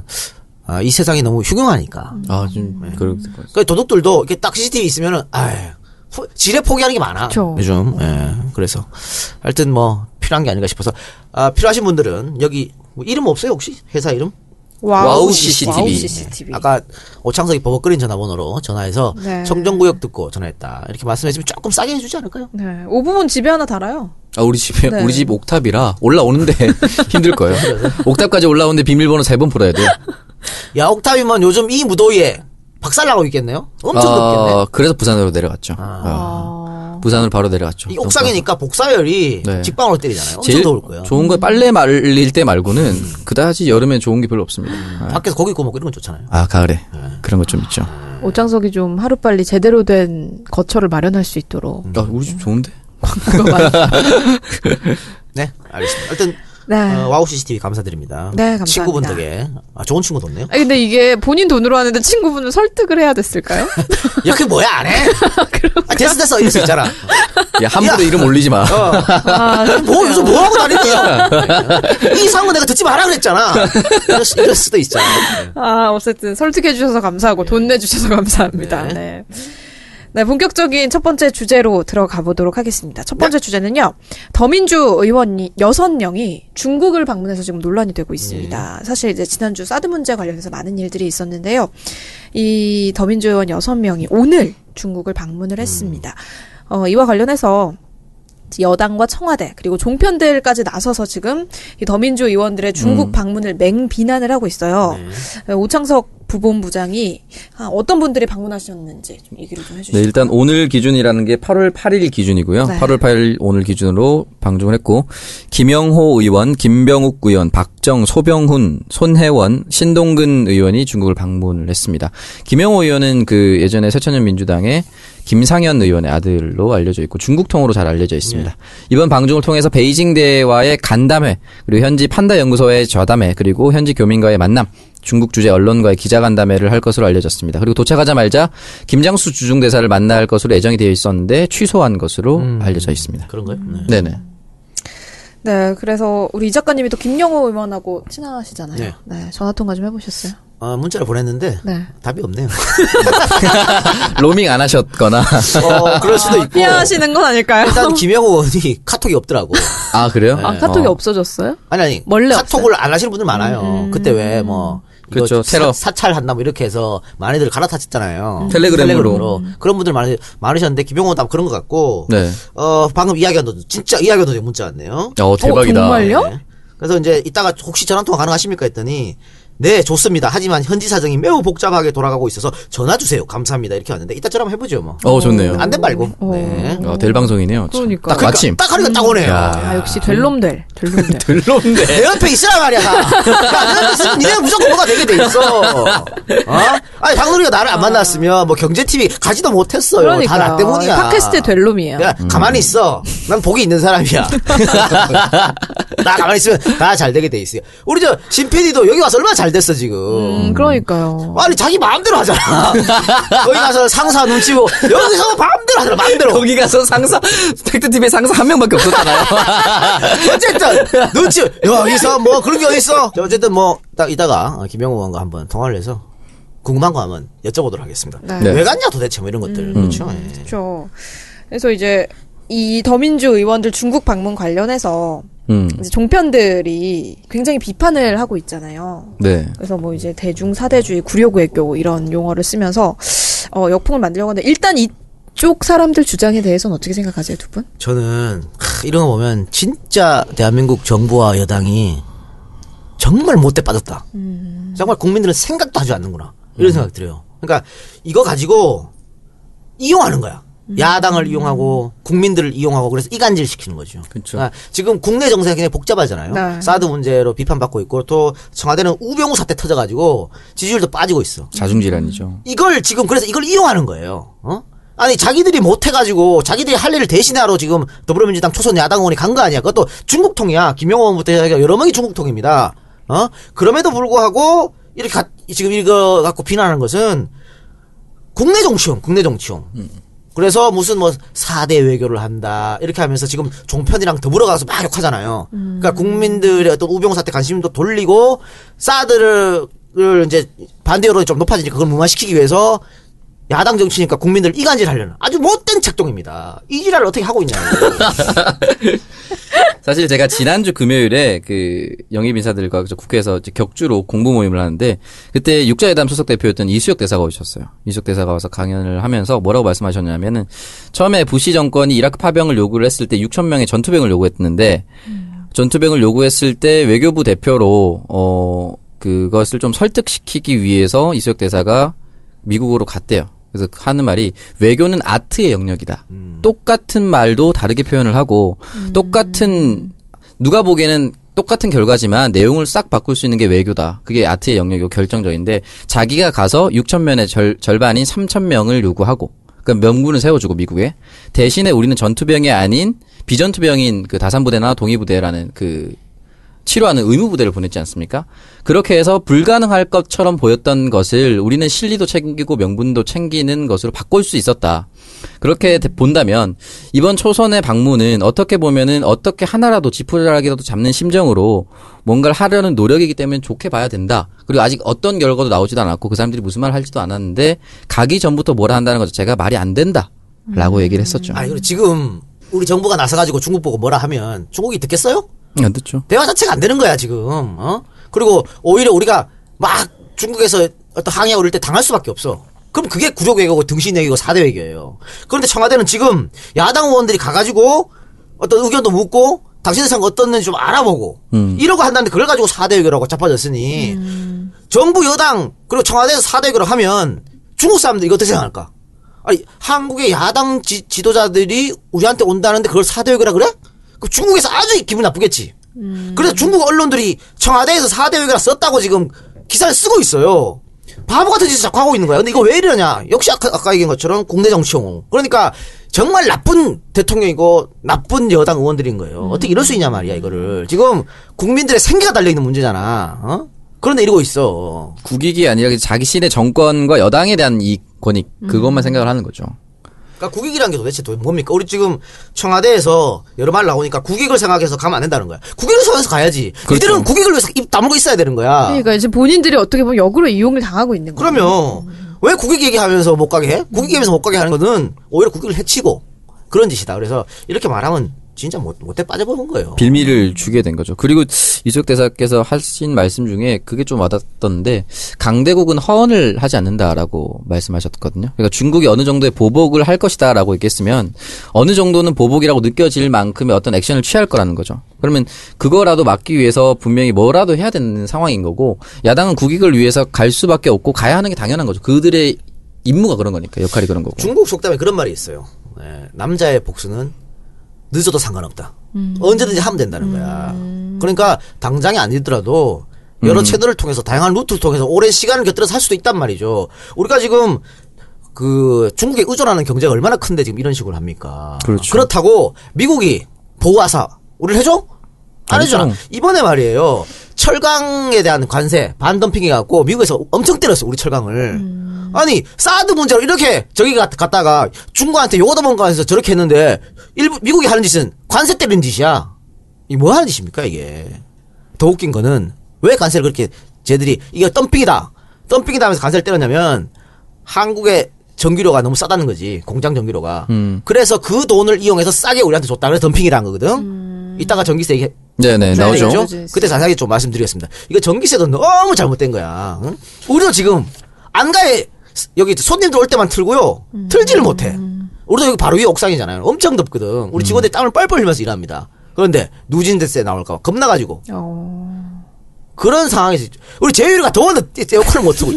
아, 이 세상이 너무 흉흉하니까.
아, 좀,
네.
그럴 것 같아요.
그 도둑들도 이렇게 딱 CCTV 있으면은 아 지뢰 포기하는 게 많아.
그쵸.
요즘. 예. 그래서 하여튼 뭐 필요한 게 아닌가 싶어서 아, 필요하신 분들은 여기 뭐 이름 없어요 혹시 회사 이름?
와우,
와우 CCTV.
와우 CCTV.
네. 아까 오창석이 버벅거린 전화번호로 전화해서
네.
청정구역 듣고 전화했다 이렇게 말씀해주면 조금 싸게 해주지 않을까요?
네. 오부분 집에 하나 달아요.
음.
아, 우리 집에,
네.
우리 집 옥탑이라 올라오는데 힘들 거예요. 옥탑까지 올라오는데 비밀번호 세 번 풀어야 돼요.
야 옥탑이면 요즘 이 무더위에 박살나고 있겠네요. 엄청
아,
덥겠네.
그래서 부산으로 내려갔죠. 아. 부산으로 바로 내려갔죠.
이 옥상이니까 복사열이
네.
직방으로 때리잖아요. 엄청
제일
더울 거예요. 음.
좋은 건 빨래 말릴 때 말고는 그다지 여름엔 좋은 게 별로 없습니다. 아,
밖에서 고기 구워 먹고 이런 건 좋잖아요.
아, 가을에 그런 것 좀 있죠.
음.
옷장석이 좀 하루빨리 제대로 된 거처를 마련할 수
음.
있도록.
아, 우리 집 좋은데?
그거 말-
네, 알겠습니다. 하여튼
네.
어, 와우 CCTV 감사드립니다.
네, 감사합니다.
친구분 덕에 아, 좋은 친구 덥네요.
아 근데 이게 본인 돈으로 하는데 친구분을 설득을 해야 됐을까요?
야, 그게 뭐야 안 해? 아, 됐어 됐어 이럴 수 있잖아.
야, 함부로
야. 어.
이름 올리지 마.
뭐 요즘 뭐 하고 다니냐? 이 상황은 내가 듣지 마라 그랬잖아. 이럴, 수- 이럴 수도 있잖아.
아, 어쨌든 설득해 주셔서
네.
감사하고 돈 내 주셔서 감사합니다. 네. 네. 본격적인 첫 번째 주제로 들어가 보도록 하겠습니다. 첫 번째 주제는요. 더민주 의원 이 여섯 명이 중국을 방문해서 지금 논란이 되고 있습니다. 사실 이제 지난주 사드 문제 관련해서 많은 일들이 있었는데요. 이 더민주 의원 여섯 명이 오늘 중국을 방문을 했습니다. 어, 이와 관련해서 여당과 청와대 그리고 종편들까지 나서서 지금 이 더민주 의원들의 중국 방문을 맹비난을 하고 있어요. 네, 오창석 부본부장이 아, 어떤 분들이 방문하셨는지 좀 얘기를 좀 해주시죠.
네, 일단 오늘 기준이라는 게 8월 8일 기준이고요.
네.
8월 8일 오늘 기준으로 방중을 했고 김영호 의원, 김병욱 의원, 박정, 소병훈, 손혜원, 신동근 의원이 중국을 방문을 했습니다. 김영호 의원은 그 예전에 새천년 민주당의 김상현 의원의 아들로 알려져 있고 중국통으로 잘 알려져 있습니다. 이번 방중을 통해서 베이징 대회와의 간담회, 그리고 현지 판다 연구소의 저담회, 그리고 현지 교민과의 만남, 중국 주재 언론과의 기자간담회를 할 것으로 알려졌습니다. 그리고 도착하자마자 김장수 주중대사를 만날 것으로 예정이 되어 있었는데 취소한 것으로 알려져 있습니다.
그런가요? 네.
네네.
네, 그래서 우리 이 작가님이 또 김영호 의원하고 친하시잖아요. 네,
네.
전화 통화 좀 해보셨어요?
아, 문자를 보냈는데
네.
답이 없네요.
로밍 안 하셨거나.
어, 그럴 수도 있고.
피하시는 건 아닐까요? 어.
일단 김영호 의원이 카톡이 없더라고.
아, 그래요?
아, 카톡이 없어졌어요? 음.
아니 아니
원래
카톡을 안 하시는 분들 많아요. 그때 왜 뭐. 이거
그렇죠,
사-
테러.
사찰한다 뭐 이렇게 해서 많이들
음.
갈아탔었잖아요.
텔레그램으로.
그런 분들 많으, 많으셨는데 김용호 답 그런 것 같고
네.
어 방금 이야기한 도 진짜 이야기한 도 문자 왔네요.
어, 대박이다.
어, 정말요?
네. 그래서 이제 이따가 혹시 전화 통화 가능하십니까 했더니 네 좋습니다. 하지만 현지 사정이 매우 복잡하게 돌아가고 있어서 전화 주세요. 감사합니다. 이렇게 왔는데 이따 전화 한번 해보죠 뭐.
어, 좋네요.
안 된 말고.
음.
네.
어, 될 방송이네요. 참.
그러니까.
딱 마침.
딱 하니까 딱 오네요.
아, 역시 될놈될. 될놈될.
들러운데.
내 옆에 있으라 말이야. 야, 내 옆에 있으면 니네 무조건 뭐가 되게 돼 있어. 어? 아니, 박누리가 나를 안 만났으면 뭐 경제 TV 가지도 못했어요. 다 나 때문이야.
팟캐스트 될놈이에요.
야, 가만히 있어. 난 복이 있는 사람이야. 나 가만히 있으면 다 잘 되게 돼 있어요. 우리 저, 신 PD도 여기 와서 얼마나 잘 됐어, 지금.
음, 그러니까요.
아니, 자기 마음대로 하잖아. 거기 가서 상사 눈치 보고, 여기서 마음대로 하잖아, 마음대로.
거기 가서 상사, 팩트TV에 상사 한 명밖에 없었잖아요.
어쨌든 눈치 여기서 뭐 그런 게 어딨어 어쨌든 뭐 딱 이따가 어, 김영호 의원과 한번 통화를 해서 궁금한 거 하면 여쭤보도록 하겠습니다
네.
왜 갔냐 도대체 뭐 이런 것들 그렇죠 예.
그렇죠. 그래서 이제 이 더민주 의원들 중국 방문 관련해서
음.
이제 종편들이 굉장히 비판을 하고 있잖아요.
네.
그래서 뭐 이제 대중 사대주의 구려구애교 뭐 이런 용어를 쓰면서 어, 역풍을 만들려고 하는데 일단 이쪽 사람들 주장에 대해서는 어떻게 생각하세요 두 분?
저는 하, 이런 거 보면 진짜 대한민국 정부와 여당이 정말 못돼 빠졌다 정말 국민들은 생각도 하지 않는구나 이런
음.
생각이 들어요 그러니까 이거 가지고 이용하는 거야 야당을 이용하고 국민들을 이용하고 그래서 이간질 시키는 거죠.
그쵸.
아, 지금 국내 정세가 굉장히 복잡하잖아요.
네.
사드 문제로 비판받고 있고 또 청와대는 우병우 사태 터져가지고 지지율도 빠지고 있어.
자중질환이죠.
이걸 지금 그래서 이걸 이용하는 거예요. 어? 아니 자기들이 못해가지고 자기들이 할 일을 대신하러 지금 더불어민주당 초선 야당 의원이 간 거 아니야? 그것도 중국통이야. 김영호 의원부터 해서 여러 명이 중국통입니다. 어? 그럼에도 불구하고 이렇게 가- 지금 이거 갖고 비난하는 것은 국내 정치용, 국내 정치용. 그래서 무슨 뭐 4대 외교를 한다 이렇게 하면서 지금 종편이랑 더불어 가서 막 욕하잖아요. 그러니까 국민들의 어떤 우병우 사태 관심도 돌리고 사드를 를 이제 반대 여론이 좀 높아지니까 그걸 무마시키기 위해서 야당 정치니까 국민들 이간질 하려는 아주 못된 작동입니다. 이 지랄을 어떻게 하고 있냐.
사실 제가 지난주 금요일에 그 영입 인사들과 저 국회에서 이제 격주로 공부 모임을 하는데 그때 육자회담 소속 대표였던 이수혁 대사가 오셨어요. 이수혁 대사가 와서 강연을 하면서 뭐라고 말씀하셨냐면은 처음에 부시 정권이 이라크 파병을 요구를 했을 때 6천 명의 전투병을 요구했는데 전투병을 요구했을 때 외교부 대표로 어 그것을 좀 설득시키기 위해서 이수혁 대사가 미국으로 갔대요. 그래서 하는 말이 외교는 아트의 영역이다. 똑같은 말도 다르게 표현을 하고 똑같은 누가 보기에는 똑같은 결과지만 내용을 싹 바꿀 수 있는 게 외교다. 그게 아트의 영역이고 결정적인데 자기가 가서 6천 명의 절, 절반인 3천 명을 요구하고 그러니까 명분을 세워주고 미국에 대신에 우리는 전투병이 아닌 비전투병인 그 다산부대나 동의부대라는 그 치료하는 의무부대를 보냈지 않습니까? 그렇게 해서 불가능할 것처럼 보였던 것을 우리는 실리도 챙기고 명분도 챙기는 것으로 바꿀 수 있었다. 그렇게 대- 본다면 이번 초선의 방문은 어떻게 보면은 어떻게 하나라도 지푸라기라도 잡는 심정으로 뭔가를 하려는 노력이기 때문에 좋게 봐야 된다. 그리고 아직 어떤 결과도 나오지도 않았고 그 사람들이 무슨 말 할지도 않았는데 가기 전부터 뭐라 한다는 것 자체가 말이 안 된다. 라고 얘기를 했었죠.
아니 그리고 지금 우리 정부가 나서가지고 중국 보고 뭐라 하면 중국이 듣겠어요?
안 듣죠.
대화 자체가 안 되는 거야 지금. 어? 그리고 오히려 우리가 막 중국에서 어떤 항해 오를 때 당할 수밖에 없어. 그럼 그게 구조 외교고 등신 외교고 사대 외교예요. 그런데 청와대는 지금 야당 의원들이 가가지고 어떤 의견도 묻고 당신의 생각 어떻는지 좀 알아보고 이러고 한다는데 그걸 가지고 사대 외교라고 자빠졌으니 정부 여당 그리고 청와대에서 사대 외교를 하면 중국 사람들 이거 어떻게 생각할까? 아니 한국의 야당 지, 도자들이 우리한테 온다는데 그걸 사대 외교라 그래? 그 중국에서 아주 기분 나쁘겠지. 그래서 중국 언론들이 청와대에서 사대 외교라 썼다고 지금 기사를 쓰고 있어요. 바보 같은 짓을 자꾸 하고 있는 거야. 근데 이거 왜 이러냐? 역시 아까, 아까 얘기한 것처럼 국내 정치 용 그러니까 정말 나쁜 대통령이고 나쁜 여당 의원들인 거예요.
음.
어떻게 이럴 수 있냐 말이야 이거를. 지금 국민들의 생계가 달려 있는 문제잖아. 어? 그런데 이러고 있어.
국익이 아니라 그 자기 신의 정권과 여당에 대한 이 권익 그것만 생각을 하는 거죠.
그러니까 국익이란 게 도대체 도- 뭡니까? 우리 지금 청와대에서 여러 말 나오니까 국익을 생각해서 가면 안 된다는 거야. 국익을 생각해서 가야지.
그렇죠. 네,
이들은 국익을 위해서 입 다물고 있어야 되는 거야.
그러니까 이제 본인들이 어떻게 보면 역으로 이용을 당하고 있는 거예요.
아. 그러면 왜 국익 얘기하면서 못 가게 해? 국익 얘기하면서 못 가게 하는 거는 오히려 국익을 해치고 그런 짓이다. 그래서 이렇게 말하면 진짜 못, 못돼 빠져버린 거예요.
빌미를 주게 된 거죠. 그리고 이석 대사께서 하신 말씀 중에 그게 좀 와닿던데 강대국은 허언을 하지 않는다라고 말씀하셨거든요. 그러니까 중국이 어느 정도의 보복을 할 것이다라고 얘기했으면 어느 정도는 보복이라고 느껴질 만큼의 어떤 액션을 취할 거라는 거죠. 그러면 그거라도 막기 위해서 분명히 뭐라도 해야 되는 상황인 거고 야당은 국익을 위해서 갈 수밖에 없고 가야 하는 게 당연한 거죠. 그들의 임무가 그런 거니까 역할이 그런 거고.
중국 속담에 그런 말이 있어요. 예, 남자의 복수는 늦어도 상관없다. 언제든지 하면 된다는 거야. 그러니까 당장이 아니더라도 여러
음.
채널을 통해서 다양한 루트를 통해서 오랜 시간을 곁들여서 할 수도 있단 말이죠. 우리가 지금 그 중국에 의존하는 경제가 얼마나 큰데 지금 이런 식으로 합니까?
그렇죠.
다고 미국이 보호하사 우리를 해줘? 안
아니죠.
해주잖아. 이번에 말이에요. 철강에 대한 관세 반덤핑이 갖고 미국에서 엄청 때렸어 우리 철강을. 아니 사드 문제로 이렇게 저기 갔- 갔다가 중국한테 욕 얻어먹으면서 저렇게 했는데 일부 미국이 하는 짓은 관세 때리는 짓이야. 이 뭐 하는 짓입니까 이게? 더 웃긴 거는 왜 관세를 그렇게 쟤들이 이게 덤핑이다 덤핑이다 하면서 관세를 때렸냐면 한국의 전기료가 너무 싸다는 거지 공장 전기료가
음.
그래서 그 돈을 이용해서 싸게 우리한테 줬다 그래서 덤핑이라는 거거든 이따가 전기세 얘기
네네 나오죠.
나오죠. 그때 자세하게 좀 말씀드리겠습니다. 이거 전기세도 너무 잘못된 거야. 응? 우리도 지금 안가에 스- 여기 손님들 올 때만 틀고요.
음.
틀지를 못해. 우리도 여기 바로 위에 옥상이잖아요. 엄청 덥거든.
음.
우리 직원들이 땀을 뻘뻘 흘리면서 일합니다. 그런데 누진대세 나올까 봐 겁나가지고
어.
그런 상황에서 우리 재율이가 더워서 에- 에어컨을 못 쓰고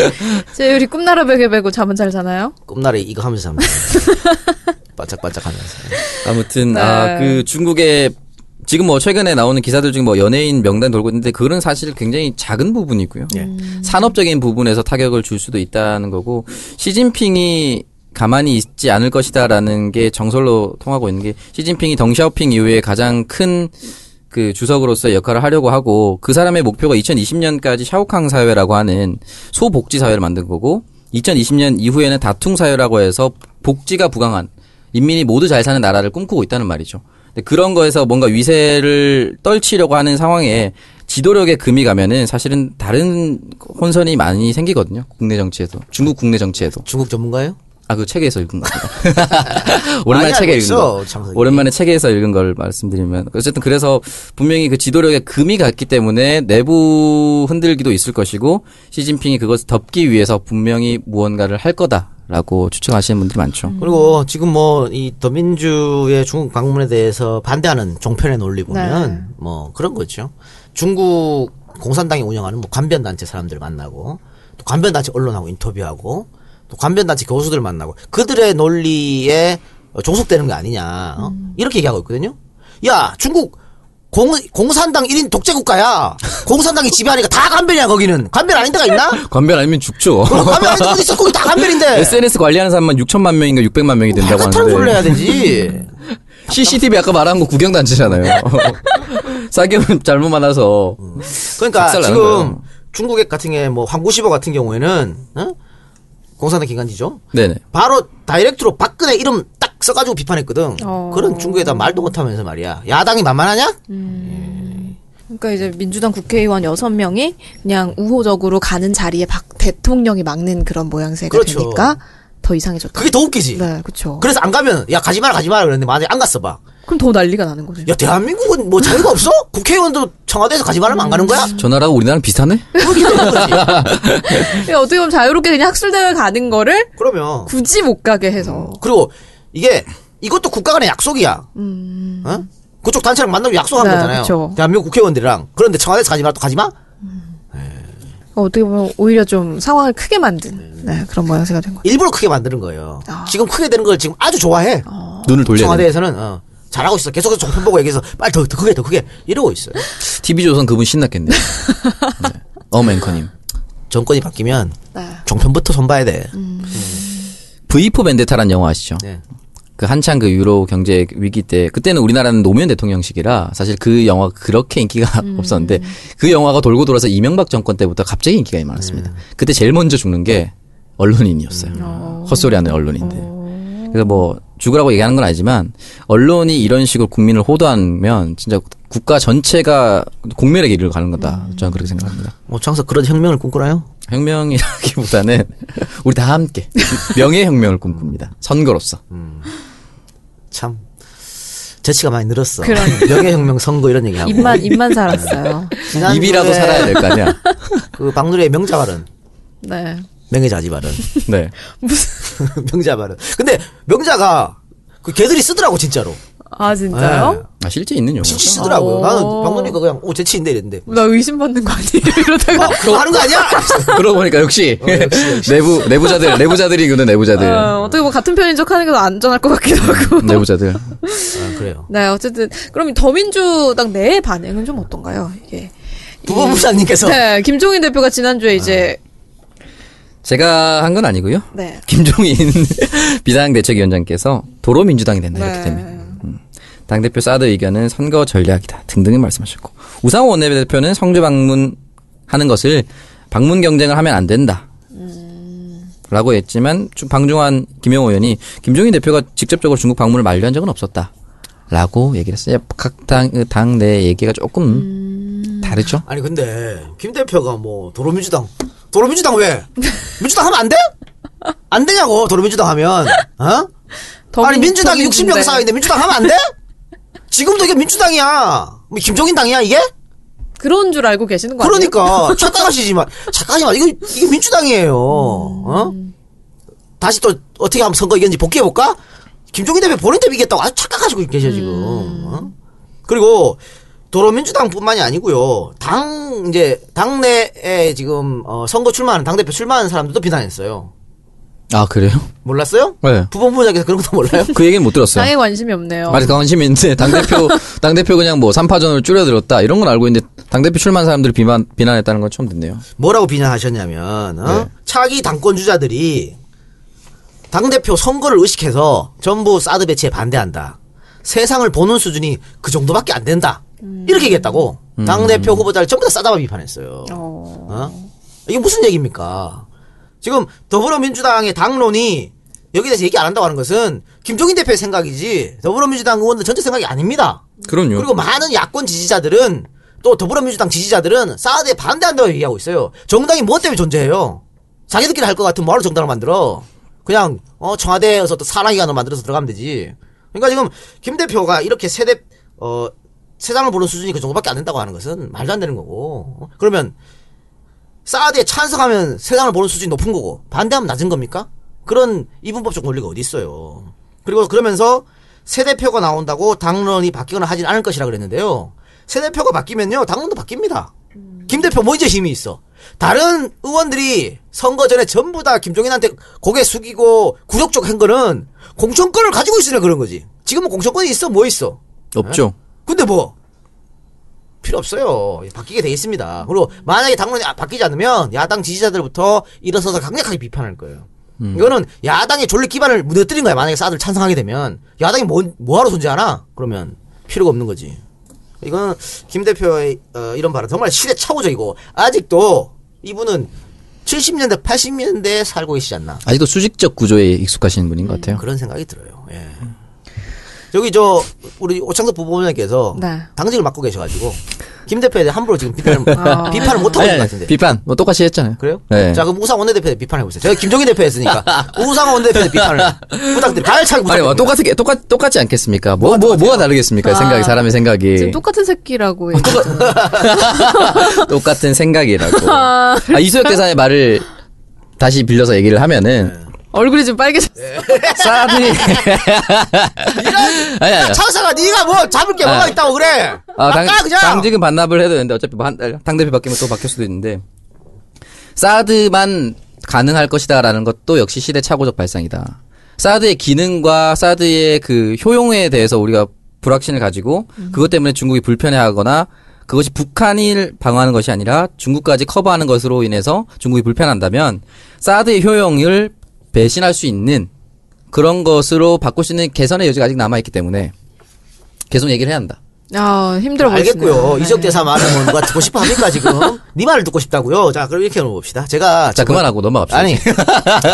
제 우리 꿈나라 베개 베고 잠은 잘 자나요?
꿈날에 이거 하면서 삽니다. 반짝반짝하면서.
아무튼
네.
아 그 중국의 지금 뭐 최근에 나오는 기사들 중에 뭐 연예인 명단 돌고 있는데 그런 사실 굉장히 작은 부분이고요. 산업적인 부분에서 타격을 줄 수도 있다는 거고 시진핑이 가만히 있지 않을 것이다라는 게 정설로 통하고 있는 게 시진핑이 덩샤오핑 이후에 가장 큰 그 주석으로서 역할을 하려고 하고 그 사람의 목표가 2020년까지 샤오캉 사회라고 하는 소복지 사회를 만든 거고 2020년 이후에는 다툼 사회라고 해서 복지가 부강한 인민이 모두 잘 사는 나라를 꿈꾸고 있다는 말이죠. 근데 그런 거에서 뭔가 위세를 떨치려고 하는 상황에 지도력에 금이 가면은 사실은 다른 혼선이 많이 생기거든요. 국내 정치에서 중국 국내 정치에서
중국 전문가예요?
아 그 책에서 읽은 겁니다. 오랜만에
많이 알고
책에 읽은
있어,
거.
장석이.
오랜만에 책에서 읽은 걸 말씀드리면 어쨌든 그래서 분명히 그 지도력에 금이 갔기 때문에 내부 흔들기도 있을 것이고 시진핑이 그것을 덮기 위해서 분명히 무언가를 할 거다라고 추측하시는 분들이 많죠.
그리고 지금 뭐 이 더민주의 중국 방문에 대해서 반대하는 종편의 논리 보면
네.
뭐 그런 거죠. 중국 공산당이 운영하는 뭐 관변단체 사람들 만나고 또 관변단체 언론하고 인터뷰하고 또 관변단체 교수들 만나고 그들의 논리에 어, 종속되는 거 아니냐 어? 이렇게 얘기하고 있거든요. 야 중국 공, 공산당 1인 독재국가야. 공산당이 지배하니까 다 관변이야 거기는. 관변 아닌 데가 있나?
관변 아니면 죽죠.
그럼 관변 아닌 데가 어디 있어? 거기 다 관변인데.
SNS 관리하는 사람만 6천만 명인가 600만 명이 된다고
그렇다는 소리를
하는데
해야 되지.
CCTV 아까 말한 거 구경 단체잖아요. 싸게 오면 잘못 만나서
그러니까
작살 나는
지금
거예요.
중국 앱 같은 게 뭐 황구시보 같은 경우에는 어? 공산당 기관지죠.
네네.
바로 다이렉트로 박근혜 이름 딱 써가지고 비판했거든.
어.
그런 중국에다 말도 못하면서 말이야. 야당이 만만하냐?
그러니까 이제 민주당 국회의원 6명이 그냥 우호적으로 가는 자리에 박 대통령이 막는 그런 모양새가
그렇죠.
되니까 더 이상해졌다.
그게 더 웃기지.
네, 그렇죠.
그래서 안 가면 야 가지 마라 가지 마라 그랬는데 만약에 안 갔어 봐.
그럼 더 난리가 나는 거죠.
야 대한민국은 뭐 자유가 없어? 국회의원도 청와대에서 가지 말라면 안 가는 거야?
음.
저 나라가 우리나라랑 비슷하네?
그렇게 되는 거지.
그러니까 어떻게 보면 자유롭게 그냥 학술대회 가는 거를
그러면
굳이 못 가게 해서.
그리고 이게 이것도 국가 간의 약속이야. 어? 그쪽 단체랑 만나면 약속한
음. 네,
거잖아요.
그쵸.
대한민국 국회의원들이랑 그런데 청와대에서 가지 마라 또 가지 마?
그러니까 어떻게 보면 오히려 좀 상황을 크게 만든 네, 그런 모양새가 된 거죠.
일부러 크게 만드는 거예요.
아.
지금 크게 되는 걸 지금 아주 좋아해.
어.
눈을 돌려야 돼.
청와대에서는 어, 잘하고 있어. 계속해서 정품 보고 얘기해서 빨리 더, 더 크게 더 크게 이러고 있어요.
TV조선 그분 신났겠네. 네. 엄 앵커님.
정권이 바뀌면
네. 음.
종편부터 손봐야 돼.
V4 벤데타란 영화 아시죠?
네.
그 한창 그 유로 경제 위기 때 그때는 우리나라는 노무현 대통령식이라 사실 그 영화가 그렇게 인기가 없었는데 그 영화가 돌고 돌아서 이명박 정권 때부터 갑자기 인기가 많았습니다. 그때 제일 먼저 죽는 게 언론인이었어요. 헛소리하는 언론인들. 그래서 뭐 죽으라고 얘기하는 건 아니지만 언론이 이런 식으로 국민을 호도하면 진짜 국가 전체가 공멸의 길을 가는 거다. 저는 그렇게 생각합니다.
뭐 장사 그런 혁명을 꿈꾸나요?
혁명이라기보다는 우리 다 함께 명예 혁명을 꿈꿉니다. 선거로서.
참 재치가 많이 늘었어.
그러네.
명예혁명 선거 이런 얘기하고.
입만 입만 살았어요.
지난주에
입이라도 살아야 될 거 아니야.
그 박누리의 명자 발언,
네.
명예자지 발언,
네.
명자 발언. 근데 명자가 그 걔들이 쓰더라고 진짜로.
아 진짜요?
아, 실제 있는 용어.
진짜 쓰더라고요.
어.
나는 박누리가 그냥 오 재치인데 이랬는데.
나 의심받는 거 아니에요? 이러다가
아, 그거 하는 거 아니야?
그러고 보니까 어, 역시, 내부 내부자들 내부자들이구나
네.
내부자들
어, 어떻게 보면 같은 편인 척 하는 게 더 안전할 것 같기도 하고.
내부자들.
아, 그래요.
네, 어쨌든 그럼 더민주당 내의 반응은 좀 어떤가요? 이게
부부부장님께서
네, 김종인 대표가
아.
지난주에 이제
제가 한 건 아니고요.
네.
김종인 비상대책위원장께서 도로민주당이 된다 이렇게
네.
되면 음. 당대표 사드 의견은 선거 전략이다 등등을 말씀하셨고 우상호 원내대표는 성주 방문하는 것을 방문 경쟁을 하면 안 된다. 라고 했지만 주- 방중환 김영호 의원이 김종인 대표가 직접적으로 중국 방문을 만류한 적은 없었다. 라고 얘기를 했어요. 각당 당내 얘기가 조금 다르죠.
아니 근데 김 대표가 뭐 도로민주당 도로민주당 왜 민주당 하면 안 돼? 안 되냐고 도로민주당 하면 어? 아니
더민-
민주당이
더민주당.
60명 사이인데 민주당 하면 안 돼? 지금도 이게 민주당이야. 뭐 김종인 당이야 이게?
그런 줄 알고 계시는 거 아니에요?
그러니까 착각하시지 마. 착각하지 마. 이거 이게 민주당이에요.
음.
어? 다시 또 어떻게 하면 선거 이겼는지 복귀해 볼까? 김종인 대표 본인 대표 이겼다고 아주 착각하시고 계셔 지금.
음.
어? 그리고 도로민주당뿐만이 아니고요. 당 이제 당내에 지금 어, 선거 출마하는 당 대표 출마하는 사람들도 비난했어요.
아 그래요?
몰랐어요?
네.
부본부장께서 그런 것도 몰라요?
그 얘기는 못 들었어요.
당에 관심이 없네요.
아직 관심이 있는데 당대표 당대표 그냥 뭐 3파전을 줄여들었다 이런 건 알고 있는데 당대표 출마한 사람들을 비만 비난했다는 건 처음 듣네요.
뭐라고 비난하셨냐면 어?
네.
차기 당권 주자들이 당 대표 선거를 의식해서 전부 사드 배치에 반대한다. 세상을 보는 수준이 그 정도밖에 안 된다. 이렇게 얘기했다고 당 대표 후보자를 전부 다 싸다만 비판했어요. 어? 이게 무슨 얘기입니까? 지금 더불어민주당의 당론이 여기 대해서 얘기 안 한다고 하는 것은 김종인 대표의 생각이지 더불어민주당 의원들 전체 생각이 아닙니다.
그럼요.
그리고 많은 야권 지지자들은 또 더불어민주당 지지자들은 사드에 반대한다고 얘기하고 있어요. 정당이 무엇 때문에 존재해요? 자기들끼리 할 것 같은 뭐하러 정당을 만들어? 그냥 어 청와대에서 또 사랑기관을 만들어서 들어가면 되지. 그러니까 지금 김 대표가 이렇게 세대 어 세상을 보는 수준이 그 정도밖에 안 된다고 하는 것은 말도 안 되는 거고. 어? 그러면 사드에 찬성하면 세상을 보는 수준이 높은 거고 반대하면 낮은 겁니까? 그런 이분법적 권리가 어디 있어요. 그리고 그러면서 새 대표가 나온다고 당론이 바뀌거나 하진 않을 것이라 그랬는데요. 새 대표가 바뀌면요 당론도 바뀝니다. 김 대표 뭐 이제 힘이 있어. 다른 의원들이 선거 전에 전부 다 김종인한테 고개 숙이고 굴욕 쪽한 거는 공천권을 가지고 있으려 그런 거지. 지금은 공천권이 있어 뭐 있어.
없죠.
근데 뭐 필요 없어요. 예, 바뀌게 돼 있습니다. 그리고 만약에 당론이 아- 바뀌지 않으면 야당 지지자들부터 일어서서 강력하게 비판할 거예요. 이거는 야당의 존립 기반을 무너뜨린 거야. 만약에 사드를 찬성하게 되면 야당이 뭐 뭐하러 존재하나? 그러면 필요가 없는 거지. 이건 김 대표의 어, 이런 발언 정말 시대착오적이고 아직도 이분은 70년대 80년대에 살고 계시지 않나
아직도 수직적 구조에 익숙하신 분인 것 같아요.
그런 생각이 들어요. 예. 여기 저 우리 오창석 부부님께서
네.
당직을 맡고 계셔가지고 김 대표에 대해 함부로 지금 비판을 비판을 못 하고
아니,
있는 것
아니,
같은데.
비판 뭐 똑같이 했잖아요.
그래요?
네.
자, 그럼 우상 원내대표에 비판해 보세요. 제가 김종인 대표였으니까 우상 원내대표에 비판을 부탁드립니다. 가열차게
아니 뭐
부탁드립니다.
똑같은 게 똑같 똑같지 않겠습니까? 뭐 뭐 뭐, 가 다르겠습니까? 생각이 사람의
지금
생각이
똑같은
어,
새끼라고 얘기
똑같은 생각이라고. 아, 이소혁 대사의 말을 다시 빌려서 얘기를 하면은
얼굴이 좀
네.
빨개졌어요.
네. 사람들이 아니 아니
차사가 네가 뭐 잡을 게 뭐가 있다고 그래.
아, 당,
아까 그냥
당직은 반납을 해도 되는데 어차피 뭐한당 대표 바뀌면 또 바뀔 수도 있는데 사드만 가능할 것이다라는 것도 역시 시대착오적 발상이다. 사드의 기능과 사드의 그 효용에 대해서 우리가 불확신을 가지고 그것 때문에 중국이 불편해하거나 그것이 북한을 방어하는 것이 아니라 중국까지 커버하는 것으로 인해서 중국이 불편한다면 사드의 효용을 배신할 수 있는 그런 것으로 바꿀 수 있는 개선의 여지가 아직 남아 있기 때문에 계속 얘기를 해야 한다.
아 힘들어 보이시네요.
알겠고요.
네.
이적 대사 말은 뭐 누가 듣고 싶어 합니까 지금? 네 말을 듣고 싶다고요. 자, 그럼 이렇게 해봅시다. 제가
자
저번-
그만하고 넘어갑시다.
아니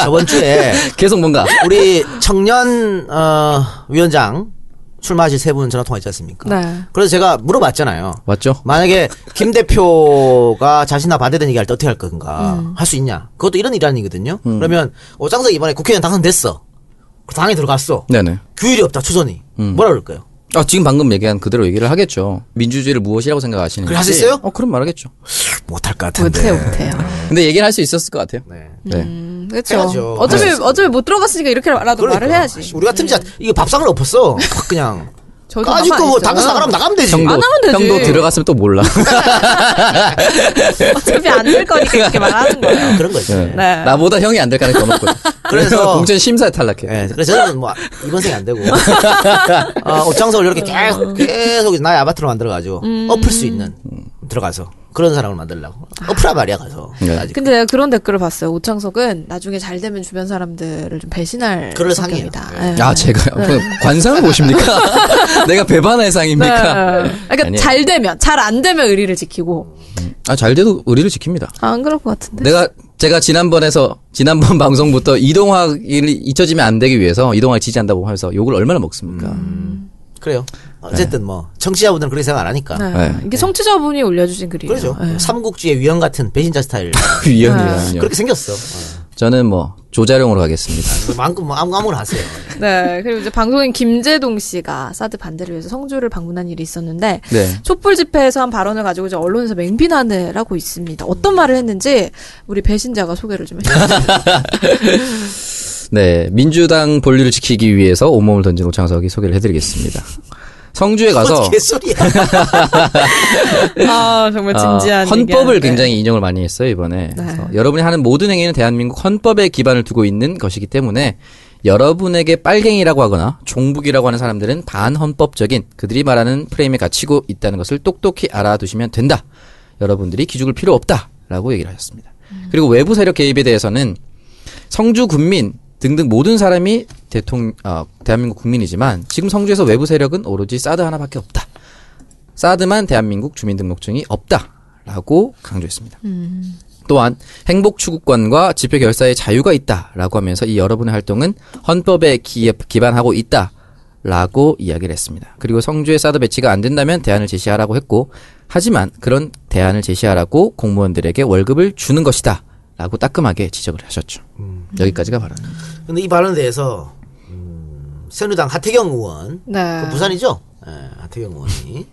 저번 주에
계속 뭔가
우리 청년 어, 위원장 술 마실 세 분 전화 통화했지 않습니까?
네.
그래서 제가 물어봤잖아요.
맞죠?
만약에 김 대표가 자신나 반대되는 얘기할 때 어떻게 할 건가
음.
할 수 있냐? 그것도 이런 일환이거든요. 그러면 오장석 이번에 국회의원 당선됐어. 그 당에 들어갔어.
네네.
규율이 없다 추선이. 뭐라 그럴까요?
아 지금 방금 얘기한 그대로 얘기를 하겠죠. 민주주의를 무엇이라고 생각하시는지.
그래 하셨어요?
어 그럼 말하겠죠.
못할 것
못해
같은데.
못해요.
근데 얘기를 할 수 있었을 것 같아요.
네.
네.
음, 그렇죠.
해야죠.
어차피
해야죠.
어차피 못 들어갔으니까 이렇게라도
그러니까.
말을 해야지.
우리 같은 짓 이게 밥상을 엎었어. 확 그냥.
저희도
까짓
가만
거뭐
있잖아.
당선 나가면 나가면 되지.
형도
안 하면 되지.
형도 들어갔으면 또 몰라. 네.
어차피 안 될 거니까 이렇게 말하는 거예요.
아, 그런 거지.
네.
네.
나보다 형이 안 될 가능성이 더 높고.
그래서-
공천 심사에 탈락해.
예, 그래서 저는 뭐 이번 생이 안 되고 어, 옷장석을 이렇게
음.
계속 계속 나의 아바타로 만들어가지고 엎을 수 있는 들어가서 그런 사람을 만들려고 엎으라 말이야 가서
네.
아직
근데 내가 그런 댓글을 봤어요. 오창석은 나중에 잘 되면 주변 사람들을 좀 배신할
그럴
성격이다.
상이에요. 네.
예.
아 제가 관상을 보십니까? 내가 배반의
네.
상입니까?
그러니까
아니에요.
잘 되면 잘 안 되면 의리를 지키고
아 잘 돼도 의리를 지킵니다.
아, 안 그럴 것 같은데.
내가 제가 지난번에서 지난번 방송부터 이동학이 잊혀지면 안 되기 위해서 이동학을 지지한다고 하면서 욕을 얼마나 먹습니까?
음. 그래요 어쨌든 뭐 청취자분들은 그렇게 생각 안 하니까
네.
네.
이게 성취자분이 올려주신 글이에요.
그러죠
예.
삼국지의 위헌 같은 배신자 스타일
위험이라뇨.
네. 그렇게 생겼어 어.
저는 뭐 조자룡으로 가겠습니다.
마음껏 뭐 아무 아무나 하세요
네. 그리고 이제 방송인 김재동 씨가 사드 반대를 위해서 성주를 방문한 일이 있었는데
네.
촛불 집회에서 한 발언을 가지고 이제 언론에서 맹비난을 하고 있습니다. 어떤 말을 했는지 우리 배신자가 소개를 좀 해주세요.
네, 민주당 본류를 지키기 위해서 온몸을 던진 오창석이 소개를 해드리겠습니다. 성주에 가서
개소리야
아 정말
아,
진지한
헌법을
얘기하는데. 네.
굉장히 인용을 많이 했어요 이번에. 그래서 여러분이 하는 모든 행위는 대한민국 헌법에 기반을 두고 있는 것이기 때문에 여러분에게 빨갱이라고 하거나 종북이라고 하는 사람들은 반헌법적인 그들이 말하는 프레임에 갇히고 있다는 것을 똑똑히 알아두시면 된다. 여러분들이 기죽을 필요 없다라고 얘기를 하셨습니다.
음.
그리고 외부 세력 개입에 대해서는 성주 군민 등등 모든 사람이 대통령 어, 대한민국 국민이지만 지금 성주에서 외부 세력은 오로지 사드 하나밖에 없다. 사드만 대한민국 주민등록증이 없다라고 강조했습니다.
음.
또한 행복 추구권과 집회 결사의 자유가 있다라고 하면서 이 여러분의 활동은 헌법에 기, 기반하고 있다. 라고 이야기를 했습니다. 그리고 성주에 사드 배치가 안 된다면 대안을 제시하라고 했고, 하지만 그런 대안을 제시하라고 공무원들에게 월급을 주는 것이다. 라고 따끔하게 지적을 하셨죠.
음.
여기까지가 발언.
근데 이 발언에 대해서 음, 새누리당 하태경 의원
네.
그 부산이죠 예, 하태경 의원이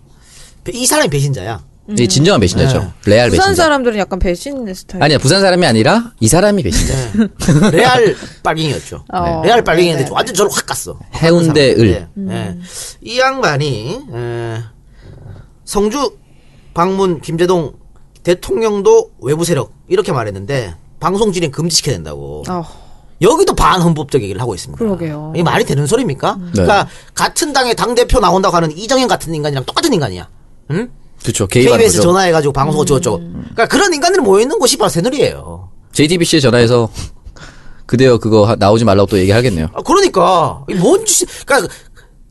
이 사람이 배신자야
이 진정한 배신자죠. 레알
음. 네. 부산
배신자.
사람들은 약간 배신 스타일.
아니야, 부산 사람이 아니라 이 사람이 배신자.
네. 레알 빨갱이였죠. 네.
어.
레알 빨갱이인데 완전 저로 확 갔어.
해운대 을.
네. 네. 이 양반이 에, 성주 방문 김재동 대통령도 외부 세력 이렇게 말했는데 방송 진행 금지시켜야 된다고.
어,
여기도 반헌법적 얘기를 하고 있습니다.
그러게요. 음.
이게 말이 되는 소리입니까?
네.
그러니까 같은 당의 당 대표 나온다고 하는 이정현 같은 인간이랑 똑같은 인간이야. 응?
그쵸, 개입하는
KBS
거죠.
전화해가지고 방송
음.
어쩌고저쩌고. 그러니까 그런 인간들이 모여있는 곳이 바로 새누리예요.
JTBC에 전화해서 그대여 그거 하- 나오지 말라고 또 얘기하겠네요.
아, 그러니까 이뭔 짓이 그러니까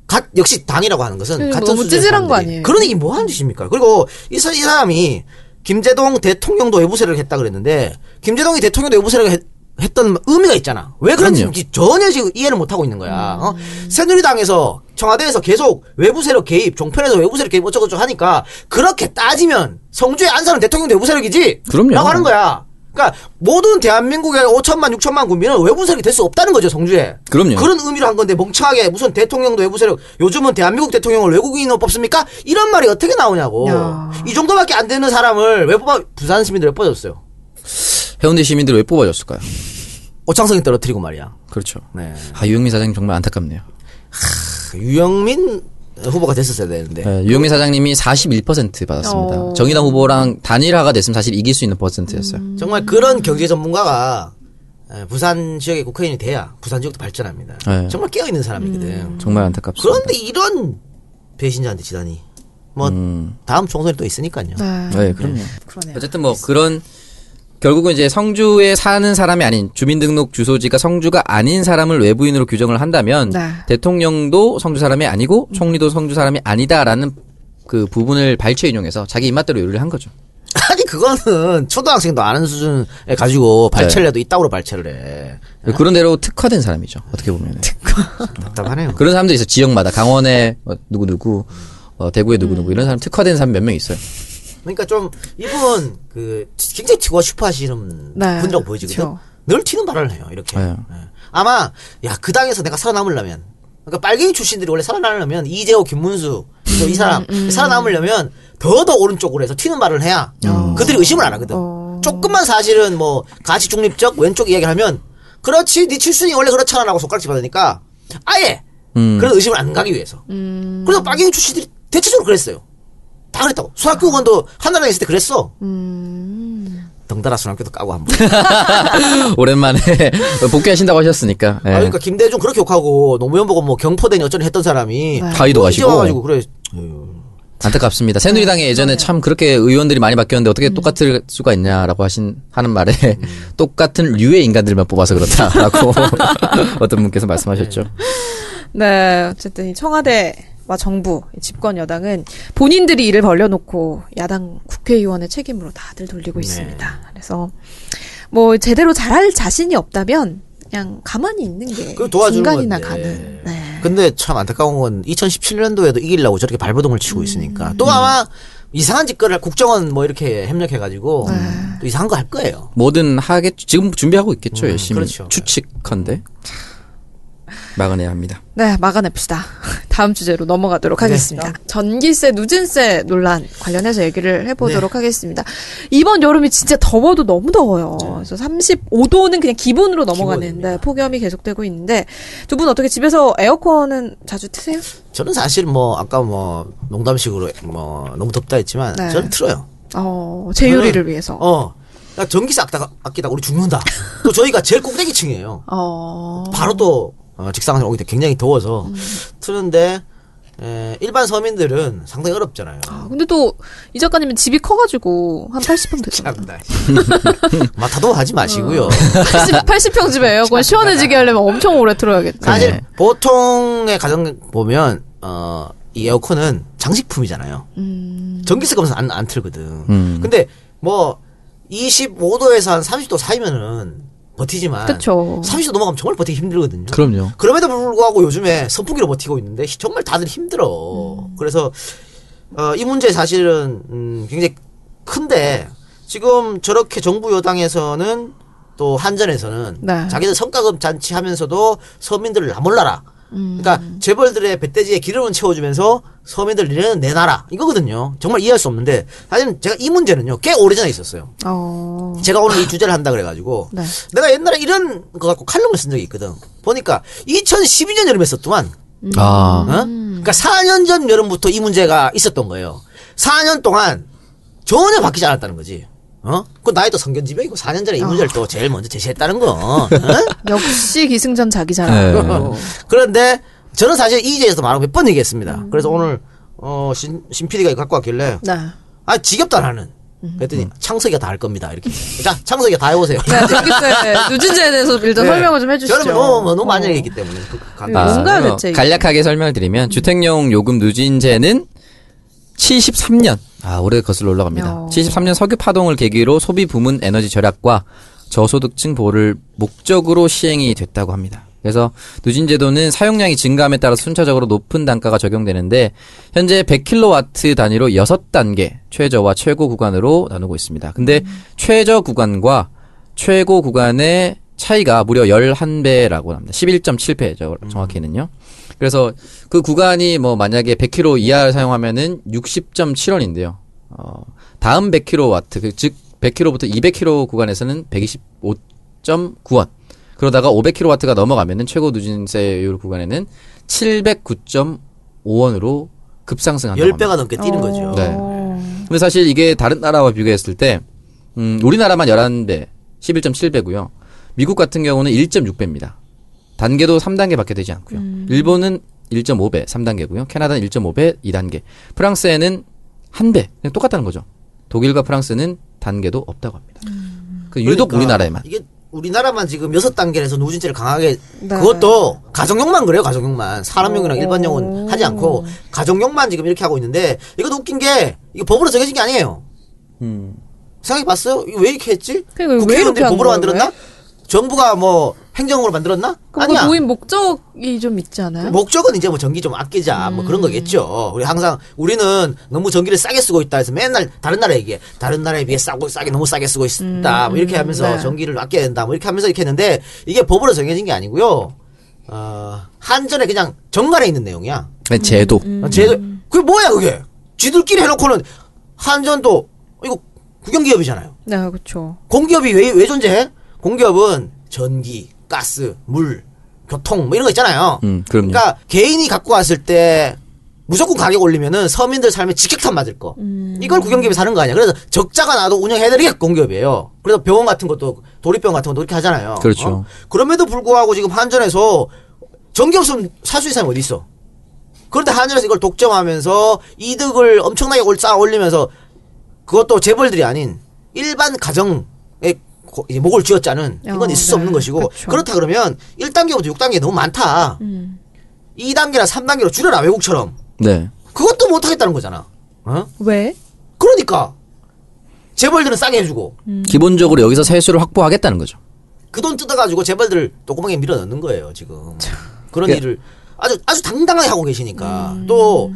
갓 역시 당이라고 하는 것은
음,
같은
너무
수준의
찌질한 거
사람들이
아니에요?
그런 얘기 뭐 하는 짓입니까? 그리고 이, 사- 이 사람이 김재동 대통령도 외부 세력을 했다 그랬는데 김재동이 대통령도 외부 세력을 했, 했던 의미가 있잖아. 왜 그런지
그럼요.
전혀 지금 이해를 못 하고 있는 거야. 어?
음.
새누리당에서 청와대에서 계속 외부 세력 개입, 종편에서 외부 세력 개입 어쩌고저쩌고 하니까 그렇게 따지면 성주에 안사는 대통령 외부 세력이지.
그럼요.
라고 하는 거야. 그러니까 모든 대한민국의 5천만, 6천만 국민은 외부 세력이 될 수 없다는 거죠, 성주에.
그럼요.
그런 의미로 한 건데 멍청하게 무슨 대통령도 외부 세력 요즘은 대한민국 대통령을 외국인으로 뽑습니까? 이런 말이 어떻게 나오냐고.
야.
이 정도밖에 안 되는 사람을 왜 뽑아 부산 시민들 왜 뽑아줬어요?
해운대 시민들 왜 뽑아줬을까요?
오창성이 떨어뜨리고 말이야.
그렇죠.
네.
아, 유영민 사장님 정말 안타깝네요.
그 유영민 후보가 됐었어야 되는데.
네, 유영민 사장님이 41% 받았습니다.
어.
정의당 후보랑 단일화가 됐으면 사실 이길 수 있는 퍼센트였어요.
음.
정말 그런 경제 전문가가 에, 부산 지역의 국회의원이 돼야 부산 지역도 발전합니다.
네.
정말 깨어 있는 사람이거든.
정말 안타깝습니다.
그런데 이런 배신자한테 지다니. 뭐 다음 총선이 또 있으니까요.
아,
네, 그럼요.
그러네요.
어쨌든 뭐 그런 결국은 이제 성주에 사는 사람이 아닌 주민등록 주소지가 성주가 아닌 사람을 외부인으로 규정을 한다면
네.
대통령도 성주 사람이 아니고 총리도 성주 사람이 아니다라는 그 부분을 발췌 인용해서 자기 입맛대로 요리를 한 거죠.
아니 그거는 초등학생도 아는 수준에 가지고 발췌를 해도 이따구로 발췌를 해.
네, 그런 대로 특화된 사람이죠. 어떻게 보면
답답하네요.
그런 사람도 있어. 요 지역마다 강원에 뭐 누구 누구, 뭐 대구에 누구 누구 이런 사람 특화된 사람 몇 명 있어요.
그러니까 좀 이분 그 굉장히 튀고 싶어하시는
네,
분이라고 보여지거든.
그쵸.
늘 튀는 발언을 해요. 이렇게.
네.
예. 아마 야 그 당에서 내가 살아남으려면 그러니까 빨갱이 출신들이 원래 살아남으려면 이재호, 김문수 또이 사람 살아남으려면 더 더 오른쪽으로 해서 튀는 말을 해야
음.
그들이 의심을 안 하거든. 조금만 사실은 뭐 가치 중립적 왼쪽 이야기를 하면 그렇지 네 출신이 원래 그렇잖아라고 손가락질 받으니까 아예
음.
그런 의심을 안 가기 위해서. 그래서 빨갱이 출신들이 대체적으로 그랬어요. 다 그랬다고. 수학교 의원도 한나라에 있을 때 그랬어. 덩달아 수학교도 까고 한 번.
오랜만에 복귀하신다고 하셨으니까. 예.
아, 그러니까 김대중 그렇게 욕하고 노무현 보고 뭐 경포대니 어쩌니 했던 사람이
네.
가이도
이제
가시고
와가지고 그래
안타깝습니다.
네,
새누리당에 예전에 참 그렇게 의원들이 많이 바뀌었는데 어떻게
음.
똑같을 수가 있냐라고 하신 하는 말에 똑같은 류의 인간들만 뽑아서 그렇다라고 어떤 분께서 말씀하셨죠.
네, 어쨌든 이 청와대와 정부, 이 집권 여당은 본인들이 일을 벌려놓고 야당 국회의원의 책임으로 다들 돌리고
네.
있습니다. 그래서 뭐 제대로 잘할 자신이 없다면 그냥 가만히 있는 게
그걸 도와주는
중간이나
건데.
가는. 네.
근데 참 안타까운 건 2017년도에도 이기려고 저렇게 발버둥을 치고 있으니까
음.
또 아마 이상한 짓거리를 국정원 뭐 이렇게 협력해가지고
네.
또 이상한 거 할 거예요.
뭐든 하겠 지금 준비하고 있겠죠 열심히
그렇죠.
추측컨대 막아내야 합니다.
네, 막아냅시다. 다음 주제로 넘어가도록 하겠습니다. 전기세, 누진세 논란 관련해서 얘기를 해보도록 하겠습니다. 이번 여름이 진짜 더워도 너무 더워요. 그래서 35도는 그냥 기본으로 넘어가는데 네, 폭염이 계속되고 있는데 두 분 어떻게 집에서 에어컨은 자주 트세요?
저는 사실 뭐 아까 뭐 농담식으로 뭐 너무 덥다 했지만
네.
저는 틀어요.
어, 제휴리를
저는,
위해서. 어.
어. 야, 전기세 아끼다가, 아끼다가 우리 죽는다. 또 저희가 제일 꼭대기층이에요.
어.
바로 또 어, 직상에서 오기 때 굉장히 더워서
음.
트는데 에, 일반 서민들은 상당히 어렵잖아요.
아, 근데 또 이 작가님은 집이 커가지고 한 80평 되잖아요.
참나. 마타도 하지
어.
마시고요.
80, 80평 집에 에어컨 시원해지게 하려면 엄청 오래 틀어야겠다.
사실 보통의 가정 보면 어, 이 에어컨은 장식품이잖아요.
음.
전기세 검사 안, 안 틀거든. 근데 뭐 25도에서 한 30도 사이면은 버티지만
그쵸.
30도 넘어가면 정말 버티기 힘들거든요.
그럼요.
그럼에도 불구하고 요즘에 선풍기로 버티고 있는데 시- 정말 다들 힘들어.
음.
그래서 어, 이 문제 사실은 음, 굉장히 큰데 지금 저렇게 정부 여당에서는 또 한전에서는
네.
자기들 성과급 잔치하면서도 서민들을 나몰라라.
음.
그러니까 재벌들의 배때지에 기름을 채워주면서 서민들 일에는 내놔라 이거거든요. 정말 이해할 수 없는데 사실 제가 이 문제는요 꽤 오래전에 있었어요.
어.
제가 오늘 이 주제를 한다 그래가지고
네.
내가 옛날에 이런 거 갖고 칼럼을 쓴 적이 있거든. 보니까 2012년 여름에 썼더만.
아
어?
음.
그러니까 4년 전 여름부터 이 문제가 있었던 거예요. 4년 동안 전혀 바뀌지 않았다는 거지. 어? 그 나이도 성견지명이고 4년 전에 이 문제를
어.
또 제일 먼저 제시했다는 거. 어?
역시 기승전 자기
네.
자랑. 고
그런데 저는 사실 이 주제에서 말하고 몇 번 얘기했습니다. 그래서 오늘 어, 신, 신 PD가 이거 갖고 왔길래
음. 네. 음.
아 지겹다 나는 그랬더니 창석이가 다 할 겁니다. 이렇게. 자, 창석이가 다 해보세요.
네, 전기세 누진제에 대해서 일단
네.
설명을 좀 해주시죠.
저는 뭐, 뭐 너무 많이
어.
얘기했기 때문에. 그- 간-
아. 뭔가요,
그럼
대체 이게?
간략하게 설명을 드리면 주택용 요금 누진제는 73년 아 올해 거슬러 올라갑니다.
어.
73년 석유 파동을 계기로 소비 부문 에너지 절약과 저소득층 보호를 목적으로 시행이 됐다고 합니다. 그래서 누진제도는 사용량이 증감에 따라 순차적으로 높은 단가가 적용되는데 현재 100kW 단위로 6단계 최저와 최고 구간으로 나누고 있습니다. 근데
음.
최저 구간과 최고 구간의 차이가 무려 11배라고 합니다. 11.7배 죠 정확히는요. 그래서 그 구간이 뭐 만약에 100km 이하를 사용하면은 60.7원인데요. 어, 다음 100kW 그, 즉 100km부터 200km 구간에서는 125.9원. 그러다가 500kW가 넘어가면은 최고 누진세율 구간에는 709.5원으로 급상승한다고 합니다.
10배가 넘게
어.
뛰는 거죠.
네.
어.
근데 사실 이게 다른 나라와 비교했을 때, 음, 우리나라만 11배, 11.7배고요. 미국 같은 경우는 1.6배입니다. 단계도 3단계밖에 되지 않고요.
음.
일본은 1.5배, 3단계고요. 캐나다는 1.5배, 2단계. 프랑스에는 1배. 그냥 똑같다는 거죠. 독일과 프랑스는 단계도 없다고 합니다. 그 유독
그러니까
우리나라에만.
이게 우리나라만 지금 여섯 단계에서 누진제를 강하게
네.
그것도 가정용만 그래요 가정용만 사람용이랑 일반용은 하지 않고 가정용만 지금 이렇게 하고 있는데 이것도 웃긴 게 이거 법으로 정해진 게 아니에요 생각해봤어요? 이거 왜 이렇게 했지?
그러니까 이거 왜 이렇게
국회의원들이
하는
법으로
거예요,
만들었나? 정부가 뭐 행정으로 만들었나?
그거
아니야
모임 목적이 좀 있지 않아요?
목적은 이제 뭐 전기 좀 아끼자 뭐 그런 거겠죠. 우리 항상 우리는 너무 전기를 싸게 쓰고 있다 해서 맨날 다른 나라 얘기해. 다른 나라에 비해 싸고 싸게 너무 싸게 쓰고 있다. 뭐 이렇게 하면서
네.
전기를 아껴야 된다. 뭐 이렇게 하면서 이렇게 했는데 이게 법으로 정해진 게 아니고요. 어, 한전에 그냥 정관에 있는 내용이야.
네, 제도.
제도 그게 뭐야 그게? 쥐들끼리 해놓고는 한전도 이거 국영기업이잖아요.
네, 그렇죠.
공기업이 왜, 왜 존재해? 공기업은 전기, 가스, 물, 교통 뭐 이런 거 있잖아요.
음, 그럼요.
그러니까 개인이 갖고 왔을 때 무조건 가격 올리면은 서민들 삶에 직격탄 맞을 거. 이걸 국영기업이 사는 거 아니야. 그래서 적자가 나도 운영해드리게 공기업이에요. 그래서 병원 같은 것도 도립병원 같은 것도 그렇게 하잖아요.
그렇죠.
어? 그럼에도 불구하고 지금 한전에서 전기 없으면 살 수 있는 사람이 어디 있어? 그런데 한전에서 이걸 독점하면서 이득을 엄청나게 올- 쌓아 올리면서 그것도 재벌들이 아닌 일반 가정에 고- 이제 목을 쥐었지 않은 이건
어,
있을 수
네.
없는 것이고
그쵸.
그렇다 그러면 1단계부터 6단계 너무 많다.
음.
2단계나 3단계로 줄여라 외국처럼.
네.
그것도 못 하겠다는 거잖아. 어?
왜?
그러니까 재벌들은 싸게 해주고
기본적으로 여기서 세수를 확보하겠다는 거죠.
그 돈 뜯어가지고 재벌들을 도구멍에 밀어넣는 거예요 지금 그런
예.
일을 아주 아주 당당하게 하고 계시니까
음.
또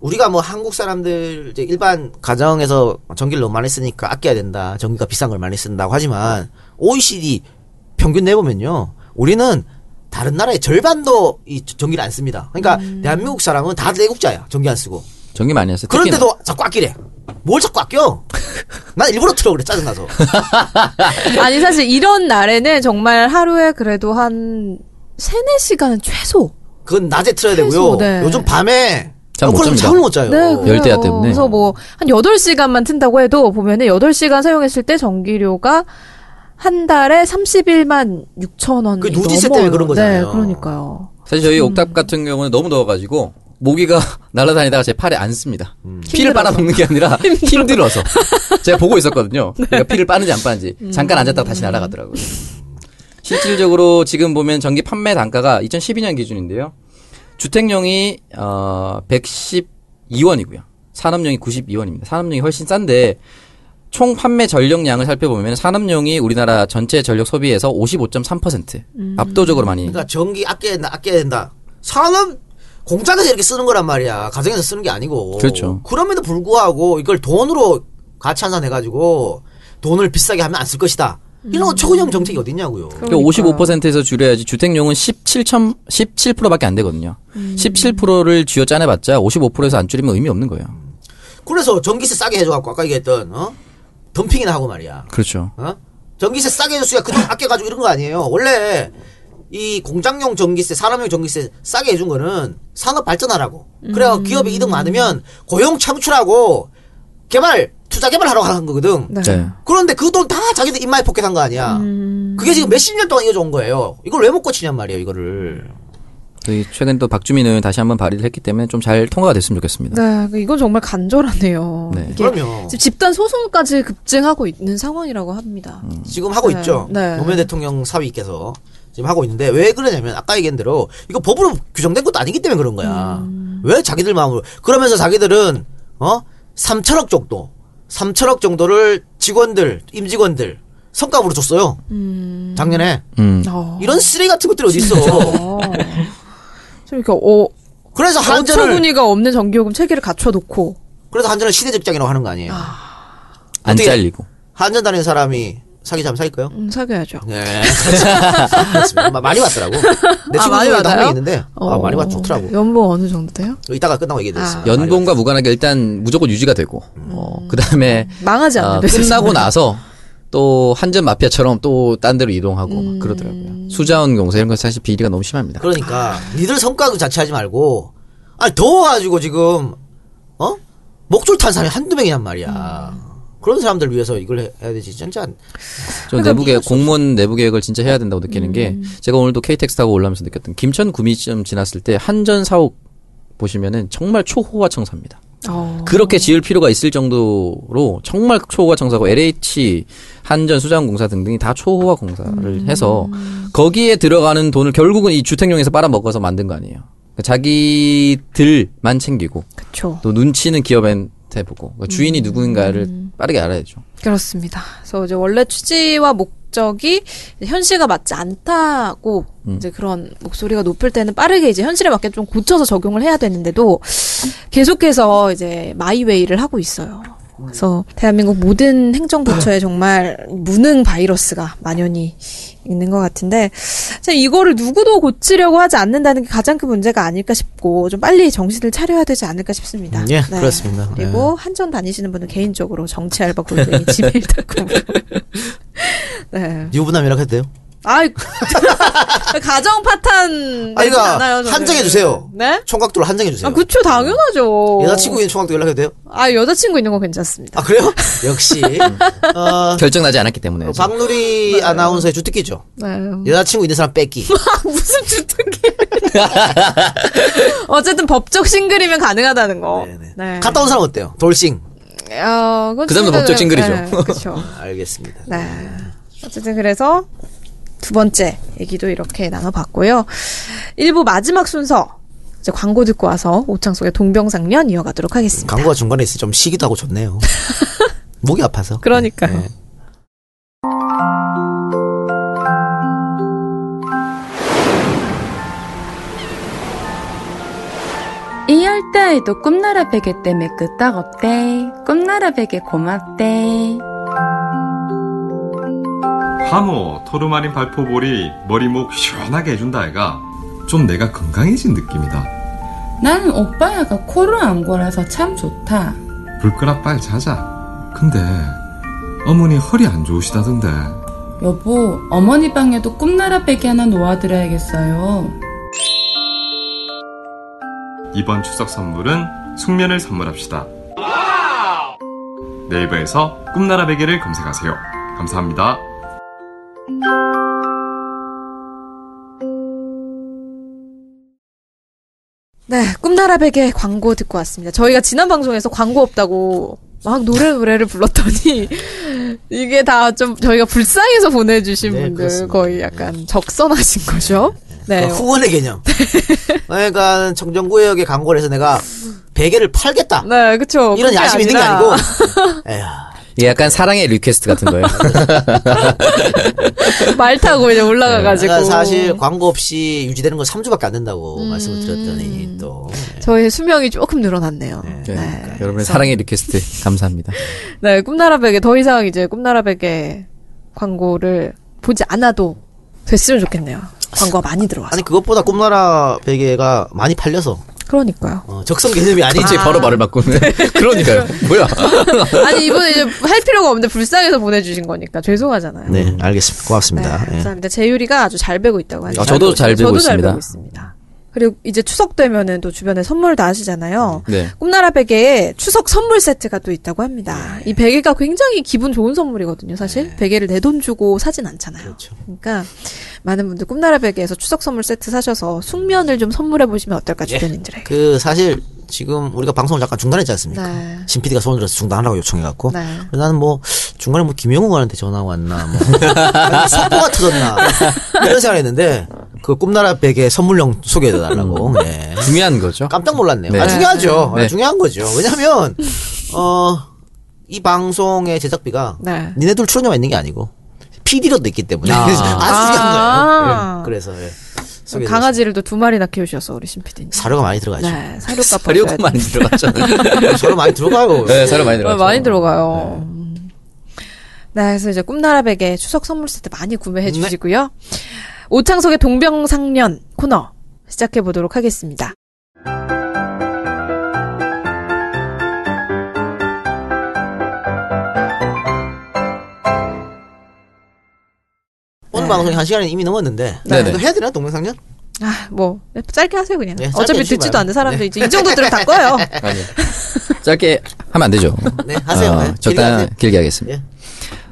우리가 뭐 한국 사람들 이제 일반 가정에서 전기를 너무 많이 쓰니까 아껴야 된다 전기가 비싼 걸 많이 쓴다고 하지만 OECD 평균 내보면요 우리는 다른 나라의 절반도 이 전기를 안 씁니다 그러니까 대한민국 사람은 다 내국자야 전기 안 쓰고
정리 많이 했어요. 음. 특히나.
그런데도 자꾸 아끼래 뭘 자꾸 아껴 난 일부러 틀어 그래 짜증나서
아니 사실 이런 날에는 정말 하루에 그래도 한 세네 시간은 최소.
그건 낮에 틀어야
최소,
되고요.
네.
요즘 밤에
잠못
에어컨을
잡니다.
잠을 못 자요.
그래요.
열대야 때문에.
그래서 뭐 한 8시간만 튼다고 해도 보면은 8시간 사용했을 때 전기료가 한 달에 31만 6천 원.
그 누진세 때문에 그런 거잖아요.
네, 그러니까요.
사실 저희 옥탑 같은 경우는 너무 더워가지고 모기가 날아다니다가 제 팔에 안 씁니다.
음.
피를
힘들어서.
빨아먹는 게 아니라 힘들어서 제가 보고 있었거든요. 그러니까 피를 빠는지 안 빠는지 잠깐 앉았다가 다시 날아가더라고요. 실질적으로 지금 보면 전기 판매 단가가 2012년 기준인데요. 주택용이 어 112원이고요. 산업용이 92원입니다. 산업용이 훨씬 싼데 총 판매 전력량을 살펴보면 산업용이 우리나라 전체 전력 소비에서 55.3% 압도적으로 많이
그러니까 전기 아껴야 된다, 아껴야 된다. 산업 공장에서 이렇게 쓰는 거란 말이야. 가정에서 쓰는 게 아니고.
그렇죠.
그럼에도 불구하고 이걸 돈으로 가치 환산해가지고 돈을 비싸게 하면 안 쓸 것이다. 이런 거
음.
초근형 정책이 어딨냐고요.
그러니까 55%에서 줄여야지 주택용은 17점 17%밖에 안 되거든요. 17%를 쥐어 짜내봤자 55%에서 안 줄이면 의미 없는 거예요.
그래서 전기세 싸게 해줘갖고 아까 얘기했던 어? 덤핑이나 하고 말이야.
그렇죠.
어? 전기세 싸게 해줬으니까 그돈 아껴가지고 이런 거 아니에요. 원래 이 공장용 전기세, 사람용 전기세 싸게 해준 거는 산업 발전하라고. 그래야 기업이 이득 많으면 고용 창출하고 개발, 투자 개발하러 한 거거든.
네.
네.
그런데 그 돈 다 자기들 입마에 포켓한 거 아니야. 그게 지금 몇십 년 동안 이어져온 거예요. 이걸 왜 못 고치냔 말이에요, 이거를.
저희 최근 또 박주민 의원 다시 한번 발의를 했기 때문에 좀 잘 통과가 됐으면 좋겠습니다.
네, 이건 정말 간절하네요.
네.
이게
그럼요.
지금 집단 소송까지 급증하고 있는 상황이라고 합니다.
음.
지금 하고
네,
있죠.
네.
노무현 대통령 사위께서 지금 하고 있는데 왜 그러냐면 아까 얘기한 대로 이거 법으로 규정된 것도 아니기 때문에 그런 거야.
음.
왜 자기들 마음으로 그러면서 자기들은 어 3천억 정도, 3천억 정도를 직원들, 임직원들 성과으로 줬어요. 작년에
음.
어.
이런 쓰레기 같은 것들이 어디 있어?
어. 좀 이렇게 어,
그래서 아, 한전을
어처구니가 없는 정기요금 체계를 갖춰놓고
그래서 한전을 시대적장이라고 하는 거 아니에요?
안
어떻게-
잘리고.
한전 다니는 사람이 사기자면 사귈까요?
음, 사귀어야죠.
네. 그렇습니다. 마- 많이 왔더라고. 내 친구
아, 많이
중에
와닿아요?
한명 있는데, 아,
어.
많이 왔 좋더라고.
연봉 어느 정도 돼요?
이따가 끝나고 얘기해드리겠습니다.
아.
음. 많이
연봉과 무관하게 일단 무조건 유지가 되고, 어, 그 다음에
망하지 않는
아,
데서
끝나고 나서 또 한전 마피아처럼 또 딴 데로 이동하고 막 그러더라고요. 수자원 용사 이런 건 사실 비리가 너무 심합니다.
그러니까
아.
니들 성과도 자체하지 말고 아니 더워가지고 지금 어 목줄 탄 사람이 한두 명이란 말이야
음.
그런 사람들 위해서 이걸 해- 해야 되지 진짜 안-
좀 내부 계획, 공무원 내부 계획을 진짜 해야 된다고 느끼는 게 제가 오늘도 KTX 타고 올라오면서 느꼈던 김천 구미점 지났을 때 한전 사옥 보시면은 정말 초호화 청사입니다.
어.
그렇게 지을 필요가 있을 정도로 정말 초호화 청사고 LH, 한전, 수자원공사 등등이 다 초호화 공사를 해서 거기에 들어가는 돈을 결국은 이 주택용에서 빨아먹어서 만든 거 아니에요. 그러니까 자기들만 챙기고
그쵸.
또 눈치는 기업한테 보고 그러니까 주인이 누구인가를 빠르게 알아야죠.
그렇습니다. 그래서 이제 원래 취지와 목적이 이제 현실과 맞지 않다고
음.
이제 그런 목소리가 높을 때는 빠르게 이제 현실에 맞게 좀 고쳐서 적용을 해야 되는데도 계속해서 이제 마이웨이를 하고 있어요. 그래서 대한민국 모든 행정부처에 정말 무능 바이러스가 만연히 있는 것 같은데 참 이거를 누구도 고치려고 하지 않는다는 게 가장 큰 문제가 아닐까 싶고 좀 빨리 정신을 차려야 되지 않을까 싶습니다. 네.
예, 그렇습니다. 네.
그리고 한전 다니시는 분은 개인적으로 정치 알바 골뱅이 지메일닷컴. 네.
유부남 연락해도 돼요?
아이 가정 파탄
아
내지
이거
않아요. 저는.
한정해 주세요
네?
총각들 한정해 주세요
아 그쵸 당연하죠.
여자친구 있는 총각도 연락해도 돼요?
아 여자친구 있는 건 괜찮습니다.
아 그래요? 역시
음.
어,
결정 나지 않았기 때문에. 아직.
박누리 아나운서의 주특기죠
예.
네.
여자친구 있는 사람 뺏기
무슨 주특기? 어쨌든 법적 싱글이면 가능하다는 거.
네네.
네.
갔다 온 사람 어때요? 돌싱
어, 그건
그 사람도 법적 싱글이죠.
그렇죠.
알겠습니다
네. 어쨌든 그래서 두 번째 얘기도 이렇게 나눠봤고요. 일부 마지막 순서 이제 광고 듣고 와서 오창 속의 동병상련 이어가도록 하겠습니다.
광고가 중간에 있어 좀 쉬기도 하고 좋네요 목이 아파서
그러니까요.
네.
이럴 때에도 꿈나라 베개 때문에 끄떡 없대. 꿈나라 베개 고맙대.
하모 토르마린 발포볼이 머리목 시원하게 해준다 애가 좀 내가 건강해진 느낌이다
나는 오빠야가 코를 안 골아서 참 좋다.
불끄라 빨리 자자 근데 어머니 허리 안 좋으시다던데
여보, 어머니 방에도 꿈나라 베개 하나 놓아드려야겠어요.
이번 추석 선물은 숙면을 선물합시다 네이버에서 꿈나라 베개를 검색하세요 감사합니다
네, 꿈나라 베개 광고 듣고 왔습니다. 저희가 지난 방송에서 광고 없다고 막 노래 노래를 불렀더니 이게 다 좀 저희가 불쌍해서 보내주신
네,
분들
그렇습니다.
거의 약간 적선하신 거죠. 네.
그러니까 후원의 개념. 그러니까 청정구역에 광고를 해서 내가 베개를 팔겠다.
네, 그쵸.
이런
그게
야심이 있는 게
아니라
아니고. 에휴.
이게 예, 약간 사랑의 리퀘스트 같은 거예요.
말 타고 이제 올라가가지고.
내가 네, 그러니까 사실 광고 없이 유지되는 건 3주밖에 안 된다고
음.
말씀을 드렸더니 또.
저의 수명이 조금 늘어났네요.
네. 여러분의 사랑의 리퀘스트 감사합니다.
네, 꿈나라 베개 더 이상 이제 꿈나라 베개 광고를 보지 않아도 됐으면 좋겠네요. 광고가 많이 들어와서.
아니 그것보다 꿈나라 베개가 많이 팔려서
그러니까요.
어, 적성 개념이 아니지.
이제 바로 말을 바꾸네. 그러니까요. 뭐야.
아니 이번에 이제 할 필요가 없는데 불쌍해서 보내주신 거니까 죄송하잖아요.
네, 알겠습니다. 고맙습니다. 예.
네. 감사합니다. 재유리가 아주 잘 배고 있다고 하니까.
네. 아, 저도 잘 배우고
저도 잘
있습니다.
배우고 있습니다. 그리고 이제 추석 되면은 또 주변에 선물 다 하시잖아요.
네.
꿈나라 베개에 추석 선물 세트가 또 있다고 합니다.
네.
이 베개가 굉장히 기분 좋은 선물이거든요, 사실. 베개를 내 돈 주고 사진 않잖아요.
그렇죠.
러니까 많은 분들 꿈나라 베개에서 추석 선물 세트 사셔서 숙면을 좀 선물해 보시면
예.
어떨까 주변인들에게.
그 사실 지금 우리가 방송을 잠깐 중단했지
그러니까.
않습니까?
네.
신 PD가 손을 들어서 중단하라고 요청해갖고
네.
그래서 나는 뭐 중간에 뭐 김영우한테 전화 왔나 뭐 아니면 석고가 터졌나 이런 생각을 했는데 그 꿈나라 베개 선물용 소개해달라고 예.
중요한 거죠.
깜짝 놀랐네요.
음. 네.
아, 중요하죠.
네.
아, 중요한 거죠. 왜냐면 어 이 방송의 제작비가
네.
니네들 출연료만 있는 게 아니고 PD로도 있기 때문에
아.
안 쓰게 한
아.
거예요. 예. 그래서 예. 소개해드렸습니다.
강아지를 또 두 마리나 키우셔서 우리 신피디님.
사료가 많이 들어가죠.
네, 사료값
사료가 아, 많이 들어갔죠.
사료 많이 들어가요.
네, 사료 많이
어,
들어갔죠.
많이 들어가요. 음. 네, 그래서 이제 꿈나라 베개 추석 선물 세트 많이
네.
구매해 주시고요. 오창석의 동병상련 코너 시작해 보도록 하겠습니다.
오늘 방송이 한 시간이 이미 넘었는데
네네.
이거 해야 되나 동영상년?
아, 뭐 짧게 하세요 그냥.
네, 짧게
어차피
해주시기
듣지도
바랍니다. 네.
않는 사람들 이제 이 정도 들으면 다 꺼요.
아니. 짧게 하면 안 되죠.
네 하세요. 예.
어,
네.
적당히
길게
길게 하겠습니다.
하세요.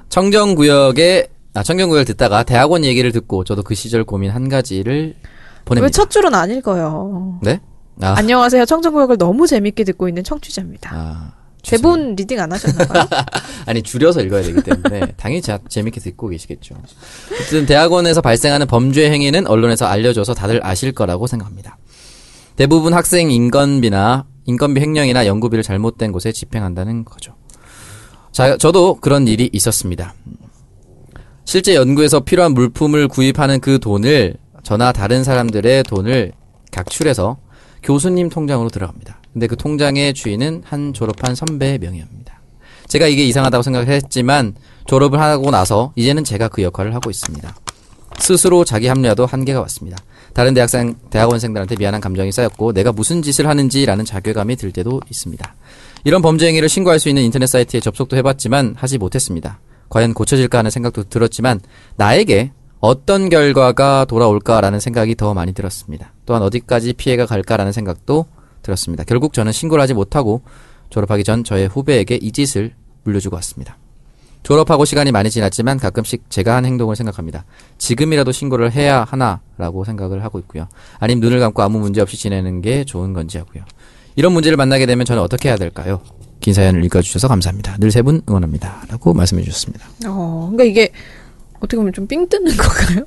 청정구역에 아 청정구역 듣다가 대학원 얘기를 듣고 저도 그 시절 고민 한 가지를 보냅니다.
왜 첫 줄은 안 읽어요.
네? 아,
안녕하세요. 청정구역을 너무 재밌게 듣고 있는 청취자입니다.
아
대본 리딩 안 하셨나봐요.
아니 줄여서 읽어야 되기 때문에 당연히 자, 재밌게 듣고 계시겠죠. 어쨌든 대학원에서 발생하는 범죄 행위는 언론에서 알려줘서 다들 아실 거라고 생각합니다. 대부분 학생 인건비나 인건비 횡령이나 연구비를 잘못된 곳에 집행한다는 거죠. 자, 저도 그런 일이 있었습니다. 실제 연구에서 필요한 물품을 구입하는 그 돈을 저나 다른 사람들의 돈을 각출해서 교수님 통장으로 들어갑니다. 근데 그 통장의 주인은 한 졸업한 선배의 명의입니다. 제가 이게 이상하다고 생각했지만 졸업을 하고 나서 이제는 제가 그 역할을 하고 있습니다. 스스로 자기 합리화도 한계가 왔습니다. 다른 대학생, 대학원생들한테 미안한 감정이 쌓였고 내가 무슨 짓을 하는지라는 자괴감이 들 때도 있습니다. 이런 범죄 행위를 신고할 수 있는 인터넷 사이트에 접속도 해봤지만 하지 못했습니다. 과연 고쳐질까 하는 생각도 들었지만 나에게 어떤 결과가 돌아올까라는 생각이 더 많이 들었습니다. 또한 어디까지 피해가 갈까라는 생각도 들었습니다. 결국 저는 신고를 하지 못하고 졸업하기 전 저의 후배에게 이 짓을 물려주고 왔습니다. 졸업하고 시간이 많이 지났지만 가끔씩 제가 한 행동을 생각합니다. 지금이라도 신고를 해야 하나라고 생각을 하고 있고요. 아님 눈을 감고 아무 문제 없이 지내는 게 좋은 건지 하고요. 이런 문제를 만나게 되면 저는 어떻게 해야 될까요? 긴 사연을 읽어주셔서 감사합니다. 늘 세 분 응원합니다. 라고 말씀해 주셨습니다.
어, 그러니까 이게 어떻게 보면 좀 삥 뜯는 건가요?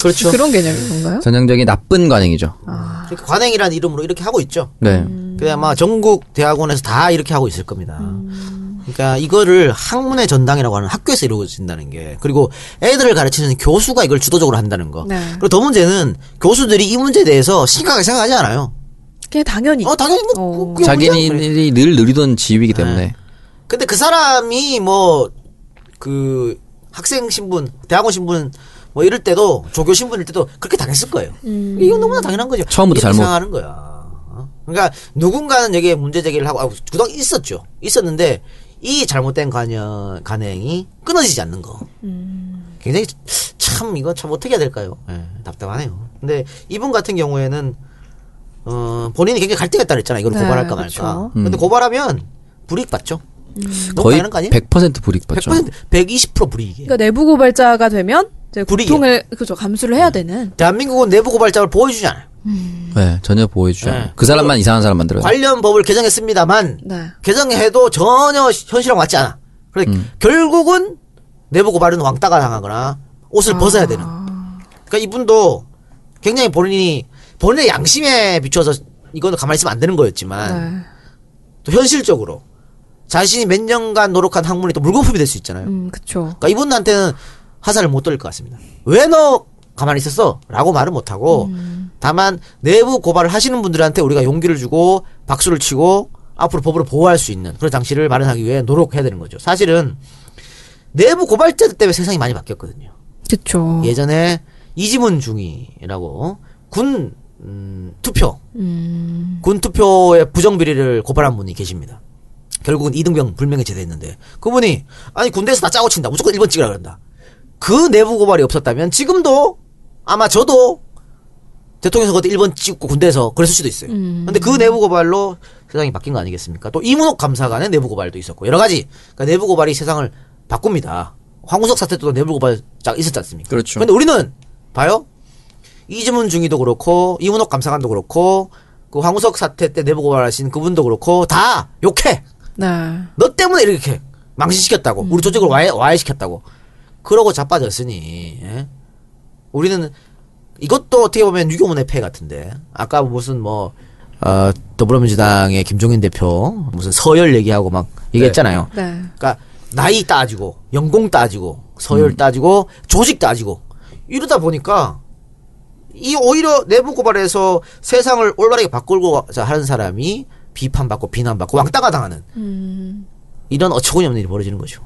그렇죠.
그런 개념인 건가요?
전형적인 나쁜 관행이죠.
아, 이렇게 관행이라는 이름으로 이렇게 하고 있죠.
네.
그래 아마 전국 대학원에서 다 이렇게 하고 있을 겁니다. 그러니까 이거를 학문의 전당이라고 하는 학교에서 이루어진다는 게 그리고 애들을 가르치는 교수가 이걸 주도적으로 한다는 거.
네.
그리고 더 문제는 교수들이 이 문제에 대해서 심각하게 생각하지 않아요.
그냥 당연히.
어 당연히 뭐
어.
그게 문제야. 그래.
자기들이 늘 누리던 지위이기 때문에.
근데 그 사람이 뭐 그 학생 신분, 대학원 신분 뭐 이럴 때도 조교 신분일 때도 그렇게 당했을 거예요. 이건 너무나 당연한 거죠.
처음부터
이렇게
잘못.
생각하는 거야. 어? 그러니까 누군가는 여기에 문제 제기를 하고 아, 그동안 있었죠. 있었는데 이 잘못된 관여 관행이 끊어지지 않는 거. 굉장히 참 이거 참 어떻게 해야 될까요? 예, 답답하네요. 근데 이분 같은 경우에는 어, 본인이 굉장히 갈등이 있다 그랬잖아. 이걸
네,
고발할까 말까.
그렇죠.
근데 고발하면 불이익 받죠.
음.
너무
음. 거의
당연한 거 아니야?
100% 불이익받죠.
100% 120% 불이익이에요.
그러니까 내부 고발자가 되면 이제
불이익이야.
고통을 그죠 감수를
음.
해야 되는.
대한민국은 내부 고발자를 보호해주지 않아요.
네, 전혀 보호해주지 않아요.
네.
그 사람만 이상한 사람 만들어요.
관련 법을 개정했습니다만
네.
개정해도 전혀 현실랑 맞지 않아. 그래 결국은 내부 고발은 왕따가 당하거나 옷을 벗어야 되는. 그러니까 이분도 굉장히 본인이 본인의 양심에 비춰서 이거는 가만히 있으면 안 되는
음.
거였지만
네.
또 현실적으로 자신이 몇 년간 노력한 학문이 또 물거품이 될 수 있잖아요.
음, 그쵸.
그러니까 이분한테는 화살을 못 돌릴 것 같습니다. 왜 너 가만히 있었어? 라고 말은 못하고, 다만, 내부 고발을 하시는 분들한테 우리가 용기를 주고, 박수를 치고, 앞으로 법으로 보호할 수 있는 그런 장치를 마련하기 위해 노력해야 되는 거죠. 사실은, 내부 고발자들 때문에 세상이 많이 바뀌었거든요.
그쵸.
예전에, 이지문 중이라고, 군, 음, 투표. 군 투표의 부정비리를 고발한 분이 계십니다. 결국은 이등병 불명예 제대했는데 그분이 아니 군대에서 다 짜고 친다 무조건 1번 찍으라 그런다 그 내부 고발이 없었다면 지금도 아마 저도 대통령 선거 때 1번 찍고 군대에서 그랬을 수도 있어요. 근데 그 내부 고발로 세상이 바뀐 거 아니겠습니까? 또 이문옥 감사관의 내부 고발도 있었고 여러 가지 그러니까 내부 고발이 세상을 바꿉니다. 황우석 사태 때도 내부 고발자가 있었지 않습니까?
그렇죠.
근데 우리는 봐요. 이지문 중위도 그렇고 이문옥 감사관도 그렇고 그 황우석 사태 때 내부 고발하신 그분도 그렇고 다 욕해.
네.
너 때문에 이렇게 망신시켰다고 우리 조직을 와해, 와해시켰다고 그러고 자빠졌으니 예? 우리는 이것도 어떻게 보면 유교문의 폐해 같은데 아까 무슨 뭐 어, 더불어민주당의 김종인 대표 무슨 서열 얘기하고 막 얘기했잖아요
네.
그러니까 나이 따지고 연공 따지고 서열
음.
따지고 조직 따지고 이러다 보니까 이 오히려 내부 고발에서 세상을 올바르게 바꾸고자 하는 사람이 비판받고 비난받고 왕따가 당하는
음.
이런 어처구니없는 일이 벌어지는 거죠.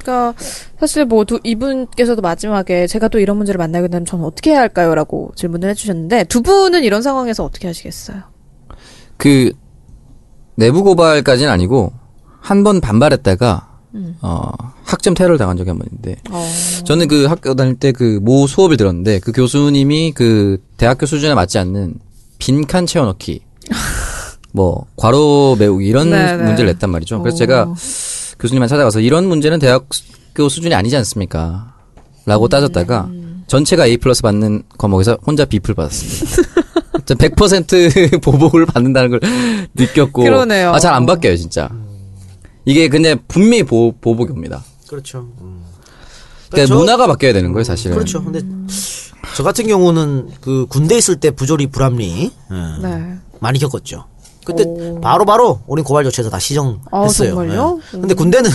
그러니까 사실 뭐 두, 이분께서도 마지막에 제가 또 이런 문제를 만나게 되면 저는 어떻게 해야 할까요?라고 질문을 해주셨는데 두 분은 이런 상황에서 어떻게 하시겠어요?
그 내부 고발까지는 아니고 한 번 반발했다가
음.
어, 학점 테러를 당한 적이 한 번 있는데
어.
저는 그 학교 다닐 때 그 모 수업을 들었는데 그 교수님이 그 대학교 수준에 맞지 않는 빈칸 채워넣기 뭐 과로 메우기 이런
네, 네.
문제를 냈단 말이죠. 그래서
오.
제가 교수님한테 찾아가서 이런 문제는 대학교 수준이 아니지 않습니까? 라고 따졌다가
음.
전체가 A 플러스 받는 과목에서 혼자 B플 받았습니다. 전 100% 보복을 받는다는 걸 느꼈고
그러네요.
아, 잘 안 바뀌어요, 진짜. 이게 근데 분명히 보, 복이 옵니다.
그렇죠.
음.
그러니까 문화가 바뀌어야 되는 거예요, 사실은.
그렇죠. 근데
음.
저 같은 경우는 그 군대 있을 때 부조리 불합리 예,
네.
음.
많이 겪었죠. 그때 바로바로 우린 고발 조치해서 다
아,
시정했어요.
정말요?
예. 근데 군대는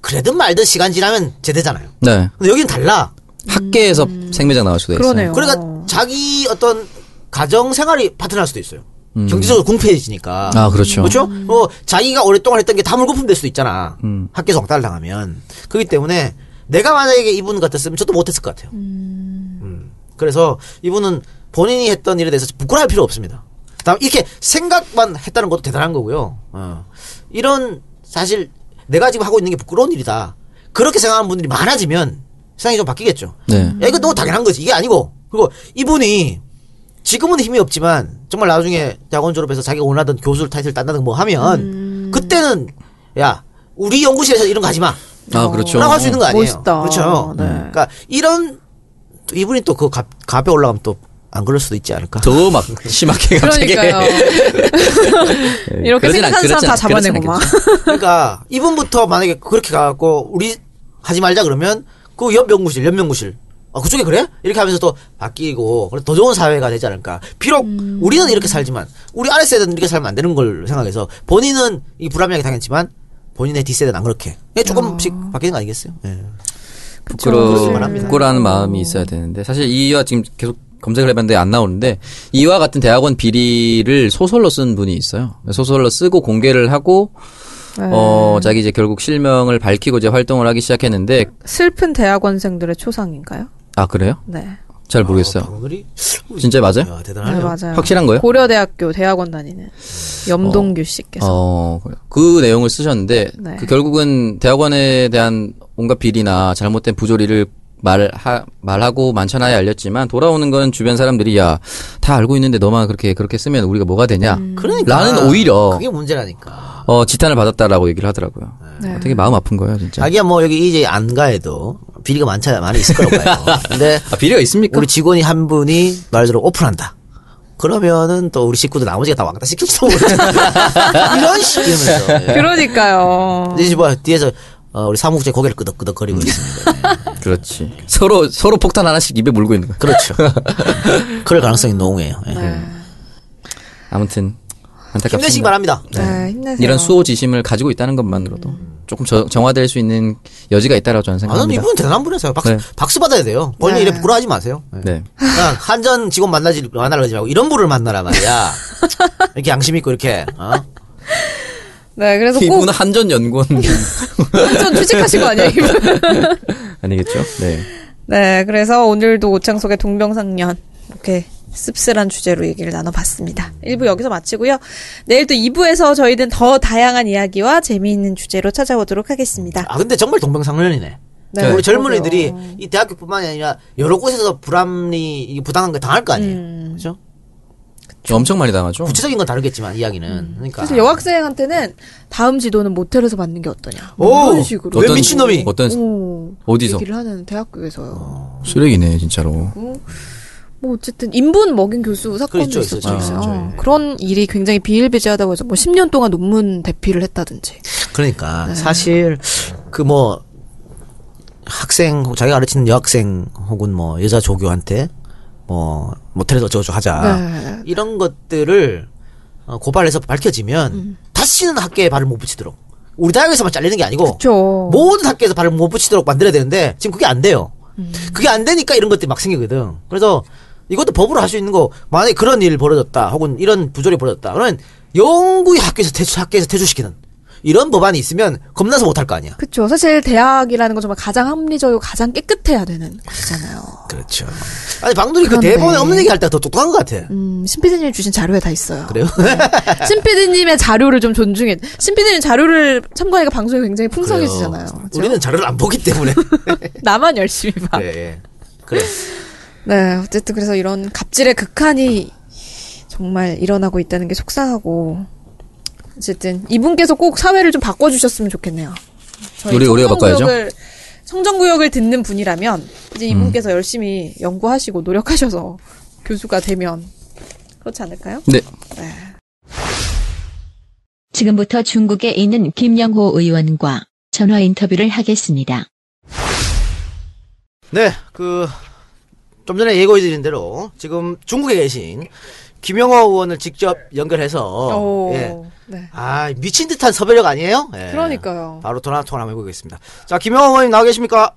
그래든 말든 시간 지나면 제대잖아요.
네.
근데 여기는 달라.
학계에서 생매장 나올 수도 있어요.
음. 그러네요.
그러니까 자기 어떤 가정 생활이 파트날 수도 있어요. 경제적으로 궁핍해지니까.
음. 아, 그렇죠.
그렇죠? 뭐 자기가 오랫동안 했던 게 다 물거품 될 수도 있잖아.
음.
학교에서 왕따를 당하면. 그렇기 때문에 내가 만약에 이분 같았으면 저도 못했을 것 같아요. 음. 그래서 이분은 본인이 했던 일에 대해서 부끄러워할 필요 없습니다. 다음 이렇게 생각만 했다는 것도 대단한 거고요. 어. 이런 사실 내가 지금 하고 있는 게 부끄러운 일이다. 그렇게 생각하는 분들이 많아지면 세상이 좀 바뀌겠죠.
네.
야, 이거 너무 당연한 거지. 이게 아니고. 그리고 이분이 지금은 힘이 없지만 정말 나중에 대학원 졸업해서 자기가 원하던 교수 타이틀 딴다든 뭐 하면 그때는 야, 우리 연구실에서 이런 거 하지 마.
아, 그렇죠.
라고 할 어. 수 있는 거 아니에요.
멋있다.
그렇죠.
네.
그러니까 이런 또 이분이 또 그 갑에 올라가면 또 안 그럴 수도 있지 않을까?
더 어. 막 심하게 갑자기
그러니까요. 이렇게
그러진 않-
생각하는 사람
그렇진
다
않- 그렇진
잡아내고 막.
않겠죠.
그러니까 이분부터 만약에 그렇게 가갖고 우리 하지 말자 그러면 그 옆 연구실, 옆 연구실. 아 그쪽에 그래? 이렇게 하면서 또 바뀌고 그래서 더 좋은 사회가 되지 않을까. 비록
음.
우리는 이렇게 살지만 우리 아래 세대는 이렇게 살면 안 되는 걸 생각해서 본인은 이 불합리하게 당했지만 본인의 뒷세대는 안 그렇게. 예, 조금씩 바뀌는 거 아니겠어요? 예.
부끄러
그렇죠.
부끄러운 마음이 있어야 되는데 사실 이와 지금 계속 검색을 해봤는데 안 나오는데 이와 같은 대학원 비리를 소설로 쓴 분이 있어요. 소설로 쓰고 공개를 하고 어 자기 이제 결국 실명을 밝히고 이제 활동을 하기 시작했는데
슬픈 대학원생들의 초상인가요?
아 그래요?
네.
잘 모르겠어요.
오늘이
진짜 맞아요?
야,
네,
대단하네요.
맞아요.
확실한 거예요?
고려대학교 대학원 다니는 염동규 씨께서.
어, 그래요. 그 내용을 쓰셨는데
네.
그 결국은 대학원에 대한 온갖 비리나 잘못된 부조리를 말하, 말하고 만천하에 알렸지만 돌아오는 건 주변 사람들이 야 다 알고 있는데 너만 그렇게 그렇게 쓰면 우리가 뭐가 되냐
음.
그러니까
나는 오히려-
그게 문제라니까.
어 지탄을 받았다라고 얘기를 하더라고요.
네.
어, 되게 마음 아픈 거예요 진짜.
자기야 뭐 여기 이제 안가에도 비리가 많잖아 많이 있을 거라고 봐요. 근데
아, 비리가 있습니까?
우리 직원이 한 분이 말대로 오픈한다. 그러면은 또 우리 식구들 나머지가 다 왕따 시킬지도 모르잖아. 이런 식 이러면서. 예.
그러니까요.
이제 뭐 뒤에서 어, 우리 사무국장 고개를 끄덕끄덕거리고 있습니다.
그렇지. 서로 서로 폭탄 하나씩 입에 물고 있는 거.
그렇죠. 그럴 가능성이 농후해요. 예.
아무튼 안타깝습니다.
힘내시기 바랍니다.
네, 힘내세요.
이런 수호지심을 가지고 있다는 것만으로도 조금 저- 정화될 수 있는 여지가 있다라고 저는
나는
네, 생각합니다.
이분 대단한 분이세요. 박수,
네.
박수 받아야 돼요. 본인
네.
일에 부끄러워하지 마세요. 예.
네.
그냥 한전 직원 만나지 만나러 가지 말고 이런 분을 만나라 말이야. 이렇게 양심 있고 이렇게 어?
네, 그래서 꼭
이분은 한전 연구원
한전 취직하신 거 아니에요, 이분?
아니겠죠? 네.
네, 그래서 오늘도 오창석의 동병상련 이렇게 씁쓸한 주제로 얘기를 나눠봤습니다. 1부 여기서 마치고요. 내일 또 2부에서 저희는 더 다양한 이야기와 재미있는 주제로 찾아오도록 하겠습니다.
아 근데 정말 동병상련이네.
네,
우리 젊은
그러게요. 음.
애들이 이 대학교뿐만이 아니라 여러 곳에서 불합리 이 부당한 걸 당할 거 아니에요. 그죠?
엄청 많이 당하죠.
구체적인 건 다르겠지만 이야기는 그러니까
그래서 여학생한테는 다음 지도는 모텔에서 받는 게 어떠냐.
오!
뭐 이런 음. 식으로.
왜 미친놈이?
어떤
오,
어디서?
얘기를 하는 대학교에서요.
쓰레기네 진짜로.
뭐 어쨌든 인분 먹인 교수 사건도
그렇죠,
있었죠.
있었죠, 있었죠.
어, 그런 일이 굉장히 비일비재하다고 해서 뭐 10년 동안 논문 대피를 했다든지.
그러니까 사실 그 뭐 학생 혹- 자기가 가르치는 여학생 혹은 뭐 여자 조교한테 뭐 모텔에서 어쩌고저쩌고 하자
네.
이런 것들을 어, 고발해서 밝혀지면
음.
다시는 학계에 발을 못 붙이도록 우리 대학에서만 잘리는 게 아니고
그렇죠.
모든 학교에서 발을 못 붙이도록 만들어야 되는데 지금 그게 안 돼요.
음.
그게 안 되니까 이런 것들이 막 생기거든. 그래서 이것도 법으로 할 수 있는 거 만약에 그런 일 벌어졌다 혹은 이런 부조리 벌어졌다 그러면 영구히 학교에서 퇴출 학교에서 퇴출시키는 이런 법안이 있으면 겁나서 못 할 거 아니야.
그렇죠. 사실 대학이라는 건 정말 가장 합리적이고 가장 깨끗해야 되는 곳이잖아요.
그렇죠. 아니 방돌이 그
그런데.
대본에 없는 얘기 할 때 더 똑똑한 것 같아.
음, 신피디님이 주신 자료에 다 있어요.
그래요?
신피디님의 자료를 좀 존중해. 신피디님 자료를 참고하니까 방송이 굉장히 풍성해지잖아요.
그래요.
그렇죠?
우리는 자료를 안 보기 때문에.
나만 열심히 봐.
예, 예. 그래.
네, 어쨌든 그래서 이런 갑질의 극한이 정말 일어나고 있다는 게 속상하고 어쨌든 이분께서 꼭 사회를 좀 바꿔주셨으면 좋겠네요. 저희
우리- 우리가 바꿔야죠. 음.
청정구역을- 청정구역을 듣는 분이라면 이제 이분께서 열심히 연구하시고 노력하셔서 교수가 되면 그렇지 않을까요?
네.
지금부터 중국에 있는 김영호 의원과 전화 인터뷰를 하겠습니다.
네, 그, 좀 전에 예고해드린 대로 지금 중국에 계신 김영호 의원을 직접 연결해서,
오,
예.
네.
아, 미친 듯한 섭외력 아니에요? 예.
그러니까요.
바로 전화 통화 한번 해보겠습니다. 자, 김영호 의원님 나와 계십니까?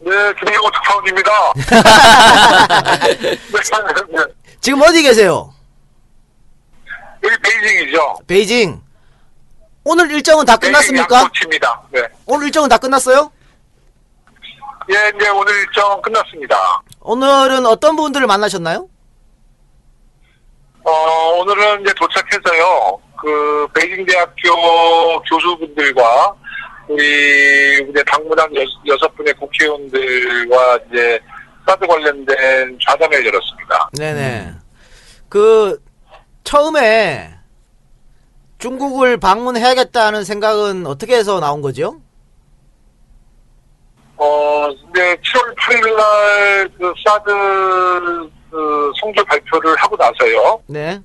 네, 김영호 특파원입니다. 네,
지금 어디 계세요?
여기 베이징이죠.
베이징. 오늘 일정은 다 끝났습니까?
양코치입니다. 네.
오늘 일정은 다 끝났어요?
예, 이제 오늘 일정 끝났습니다.
오늘은 어떤 분들을 만나셨나요?
어, 오늘은 이제 도착해서요. 그 베이징 대학교 교수분들과 우리 이제 당무당 여, 여섯 분의 국회의원들과 이제 사드 관련된 좌담회를 열었습니다.
네네.
음.
그, 처음에 중국을 방문해야겠다는 생각은 어떻게 해서 나온 거죠?
어, 근데 7월 8일 날그 사드 그 성조 발표를 하고 나서요.
네.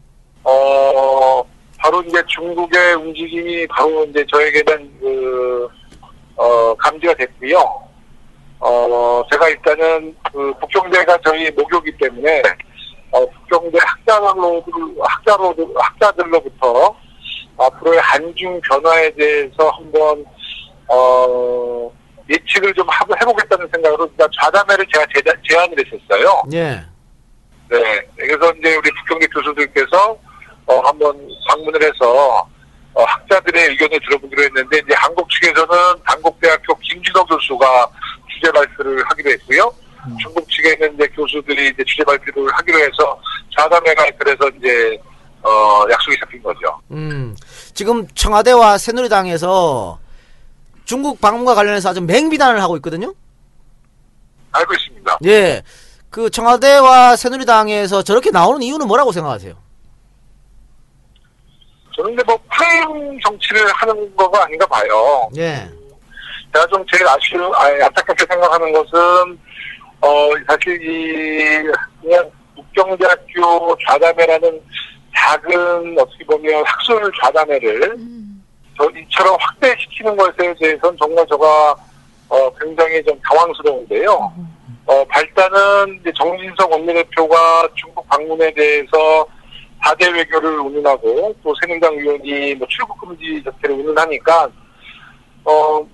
어, 바로 이제 중국의 움직임이 바로 이제 저에게 는 그, 어, 감지가 됐고요. 어, 제가 일단은 그 북경대가 저희 목요기 때문에, 어, 북경대 학자로, 학자로, 학자들로부터 앞으로의 한중 변화에 대해서 한번, 어, 예측을 좀 하고 해보겠다는 생각으로 일단 좌담회를 제가 제자- 제안을 했었어요.
예.
네. 그래서 이제 우리 북경대 교수들께서 어, 한번 방문을 해서 어, 학자들의 의견을 들어보기로 했는데 이제 한국 측에서는 단국대학교 김진호 교수가 주제 발표를 하기로 했고요. 중국 측에는 이제 교수들이 이제 주제 발표를 하기로 해서 자담회가 그래서 이제 어, 약속이 잡힌 거죠.
음, 지금 청와대와 새누리당에서 중국 방문과 관련해서 아주 맹비난을 하고 있거든요.
알고 있습니다.
예. 그 청와대와 새누리당에서 저렇게 나오는 이유는 뭐라고 생각하세요?
저는 이제 뭐 프레임 정치를 하는 거가 아닌가 봐요.
예.
제가 좀 제일 아쉬운, 아, 안타깝게 생각하는 것은, 어, 사실 이, 그냥 북경대학교 좌담회라는 작은, 어떻게 보면 학술 좌담회를,
음.
저, 이처럼 확대시키는 것에 대해서는 정말 제가, 어, 굉장히 좀 당황스러운데요. 어, 발단은 이제 정진석 원내대표가 중국 방문에 대해서 4대 외교를 운운하고, 또 새누리당 의원이 뭐 출국금지 자체를 운운하니까, 어,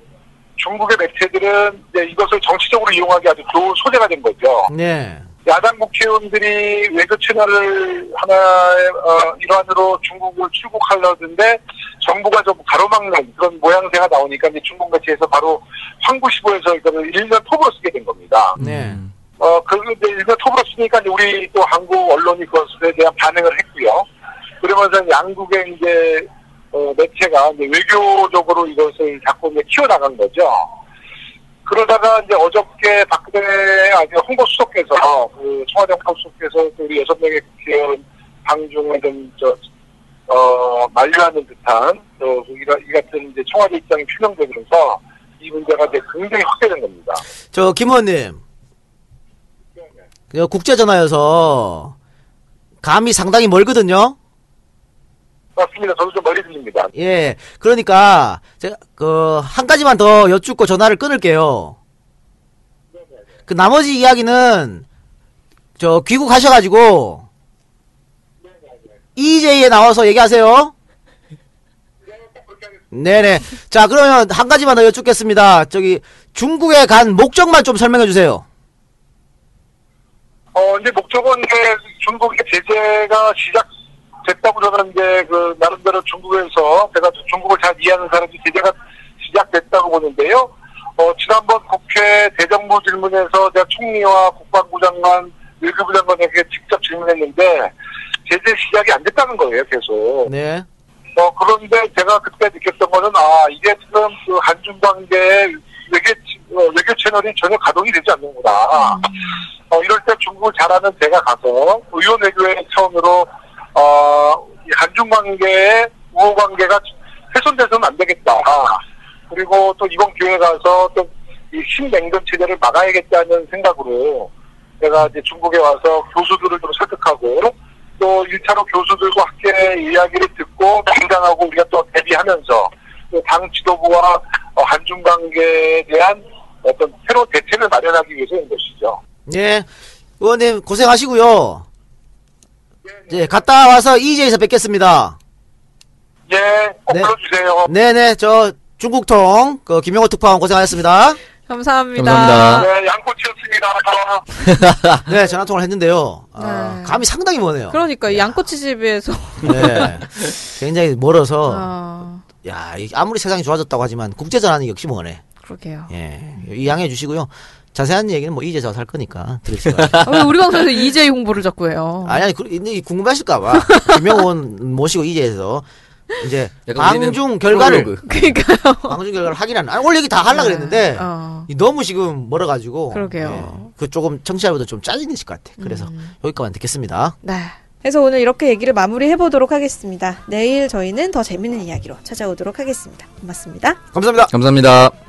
중국의 매체들은 이제 이것을 정치적으로 이용하기 아주 좋은 소재가 된 거죠.
네.
야당 국회의원들이 외교 채널을 하나의 어, 일환으로 중국을 출국하려는데 정부가 좀 가로막는 그런 모양새가 나오니까 이제 중국 매체에서 바로 황구시보에서 이거를 일면 톱으로 쓰게 된 겁니다.
네.
음.
어, 그, 이제 일면 톱으로 쓰니까 이제 우리 또 한국 언론이 그것에 대한 반응을 했고요. 그러면서 양국의 이제, 어, 매체가 이제 외교적으로 이것을 자꾸 이제 키워나간 거죠. 그러다가 이제 어저께 박근혜 아니 홍보 수석께서 그 청와대 홍보 수석께서 그 우리 여섯 명의 국회의원 방중을 좀저어 만류하는 듯한 어, 그 저이 같은 이제 청와대 입장이 표명되면서 이 문제가 이제 굉장히 확대된 겁니다.
저 김호님 그 국제 전화여서 감이 상당히 멀거든요.
맞습니다. 저도 좀 멀리 들립니다.
예, 그러니까 제가 그 한 가지만 더 여쭙고 전화를 끊을게요. 그 나머지 이야기는 저 귀국하셔가지고 EJ에 나와서 얘기하세요. 네네. 자 그러면 한 가지만 더 여쭙겠습니다. 저기 중국에 간 목적만 좀 설명해 주세요.
어, 이제 목적은 이제 중국의 제재가 시작됐다고 저는 이제 그 나름대로 중국에서 제가 중국을 잘 이해하는 사람이 제재가 시작됐다고 보는데요. 어, 지난번 국회 대정부 질문에서 제가 총리와 국방부 장관, 외교부 장관에게 직접 질문했는데 제재 시작이 안 됐다는 거예요, 계속.
네.
어, 그런데 제가 그때 느꼈던 거는, 아, 이게 지금 그 한중 관계의 외교, 어, 외교 채널이 전혀 가동이 되지 않는구나. 어, 이럴 때 중국을 잘하는 제가 가서 의원 외교회 차원으로, 어, 이 한중 관계의 우호 관계가 훼손돼서는 안 되겠다. 그리고 또 이번 기회에 가서 또 이 신냉전 체제를 막아야겠다는 생각으로 제가 이제 중국에 와서 교수들을 좀 설득하고 또 1차로 교수들과 학계 이야기를 듣고 당장하고 우리가 또 대비하면서 또당 지도부와 어, 한중 관계에 대한 어떤 새로 운 대책을 마련하기 위해서인 것이죠.
예, 의원님 고생하시고요. 예, 갔다 와서 EJ에서 뵙겠습니다.
예, 꼭
네.
불러주세요.
네네, 저 중국통 그 김용호 특파원 고생하셨습니다.
감사합니다.
감사합니다.
네, 양꼬치였습니다.
네, 전화 통화를 했는데요. 아,
네.
감이 상당히 머네요.
그러니까 양꼬치집에서
어.
네, 굉장히 멀어서
아,
야 이게 아무리 세상이 좋아졌다고 하지만 국제 전화는 역시 머네.
그러게요.
예, 이양해 주시고요. 자세한 얘기는 뭐 이제 저살 거니까 들으 시요
아, 왜 우리 방송에서 이제 홍보를 자꾸 해요.
아니 아니 그- 근데 궁금하실까봐 김용원 모시고 이제에서 이제
약간 우리는
방중 결과를
프로로그.
그러니까요.
방중 결과를 확인하는. 아니 원래 얘기 다 하려 고 그랬는데
어.
이 너무 지금 멀어가지고.
그러게요. 음.
예, 그 조금 청취자분들 좀 짜증내실 것 같아. 그래서 여기까지만 듣겠습니다.
네. 그래서 오늘 이렇게 얘기를 마무리해보도록 하겠습니다. 내일 저희는 더 재밌는 이야기로 찾아오도록 하겠습니다. 고맙습니다.
감사합니다.
감사합니다.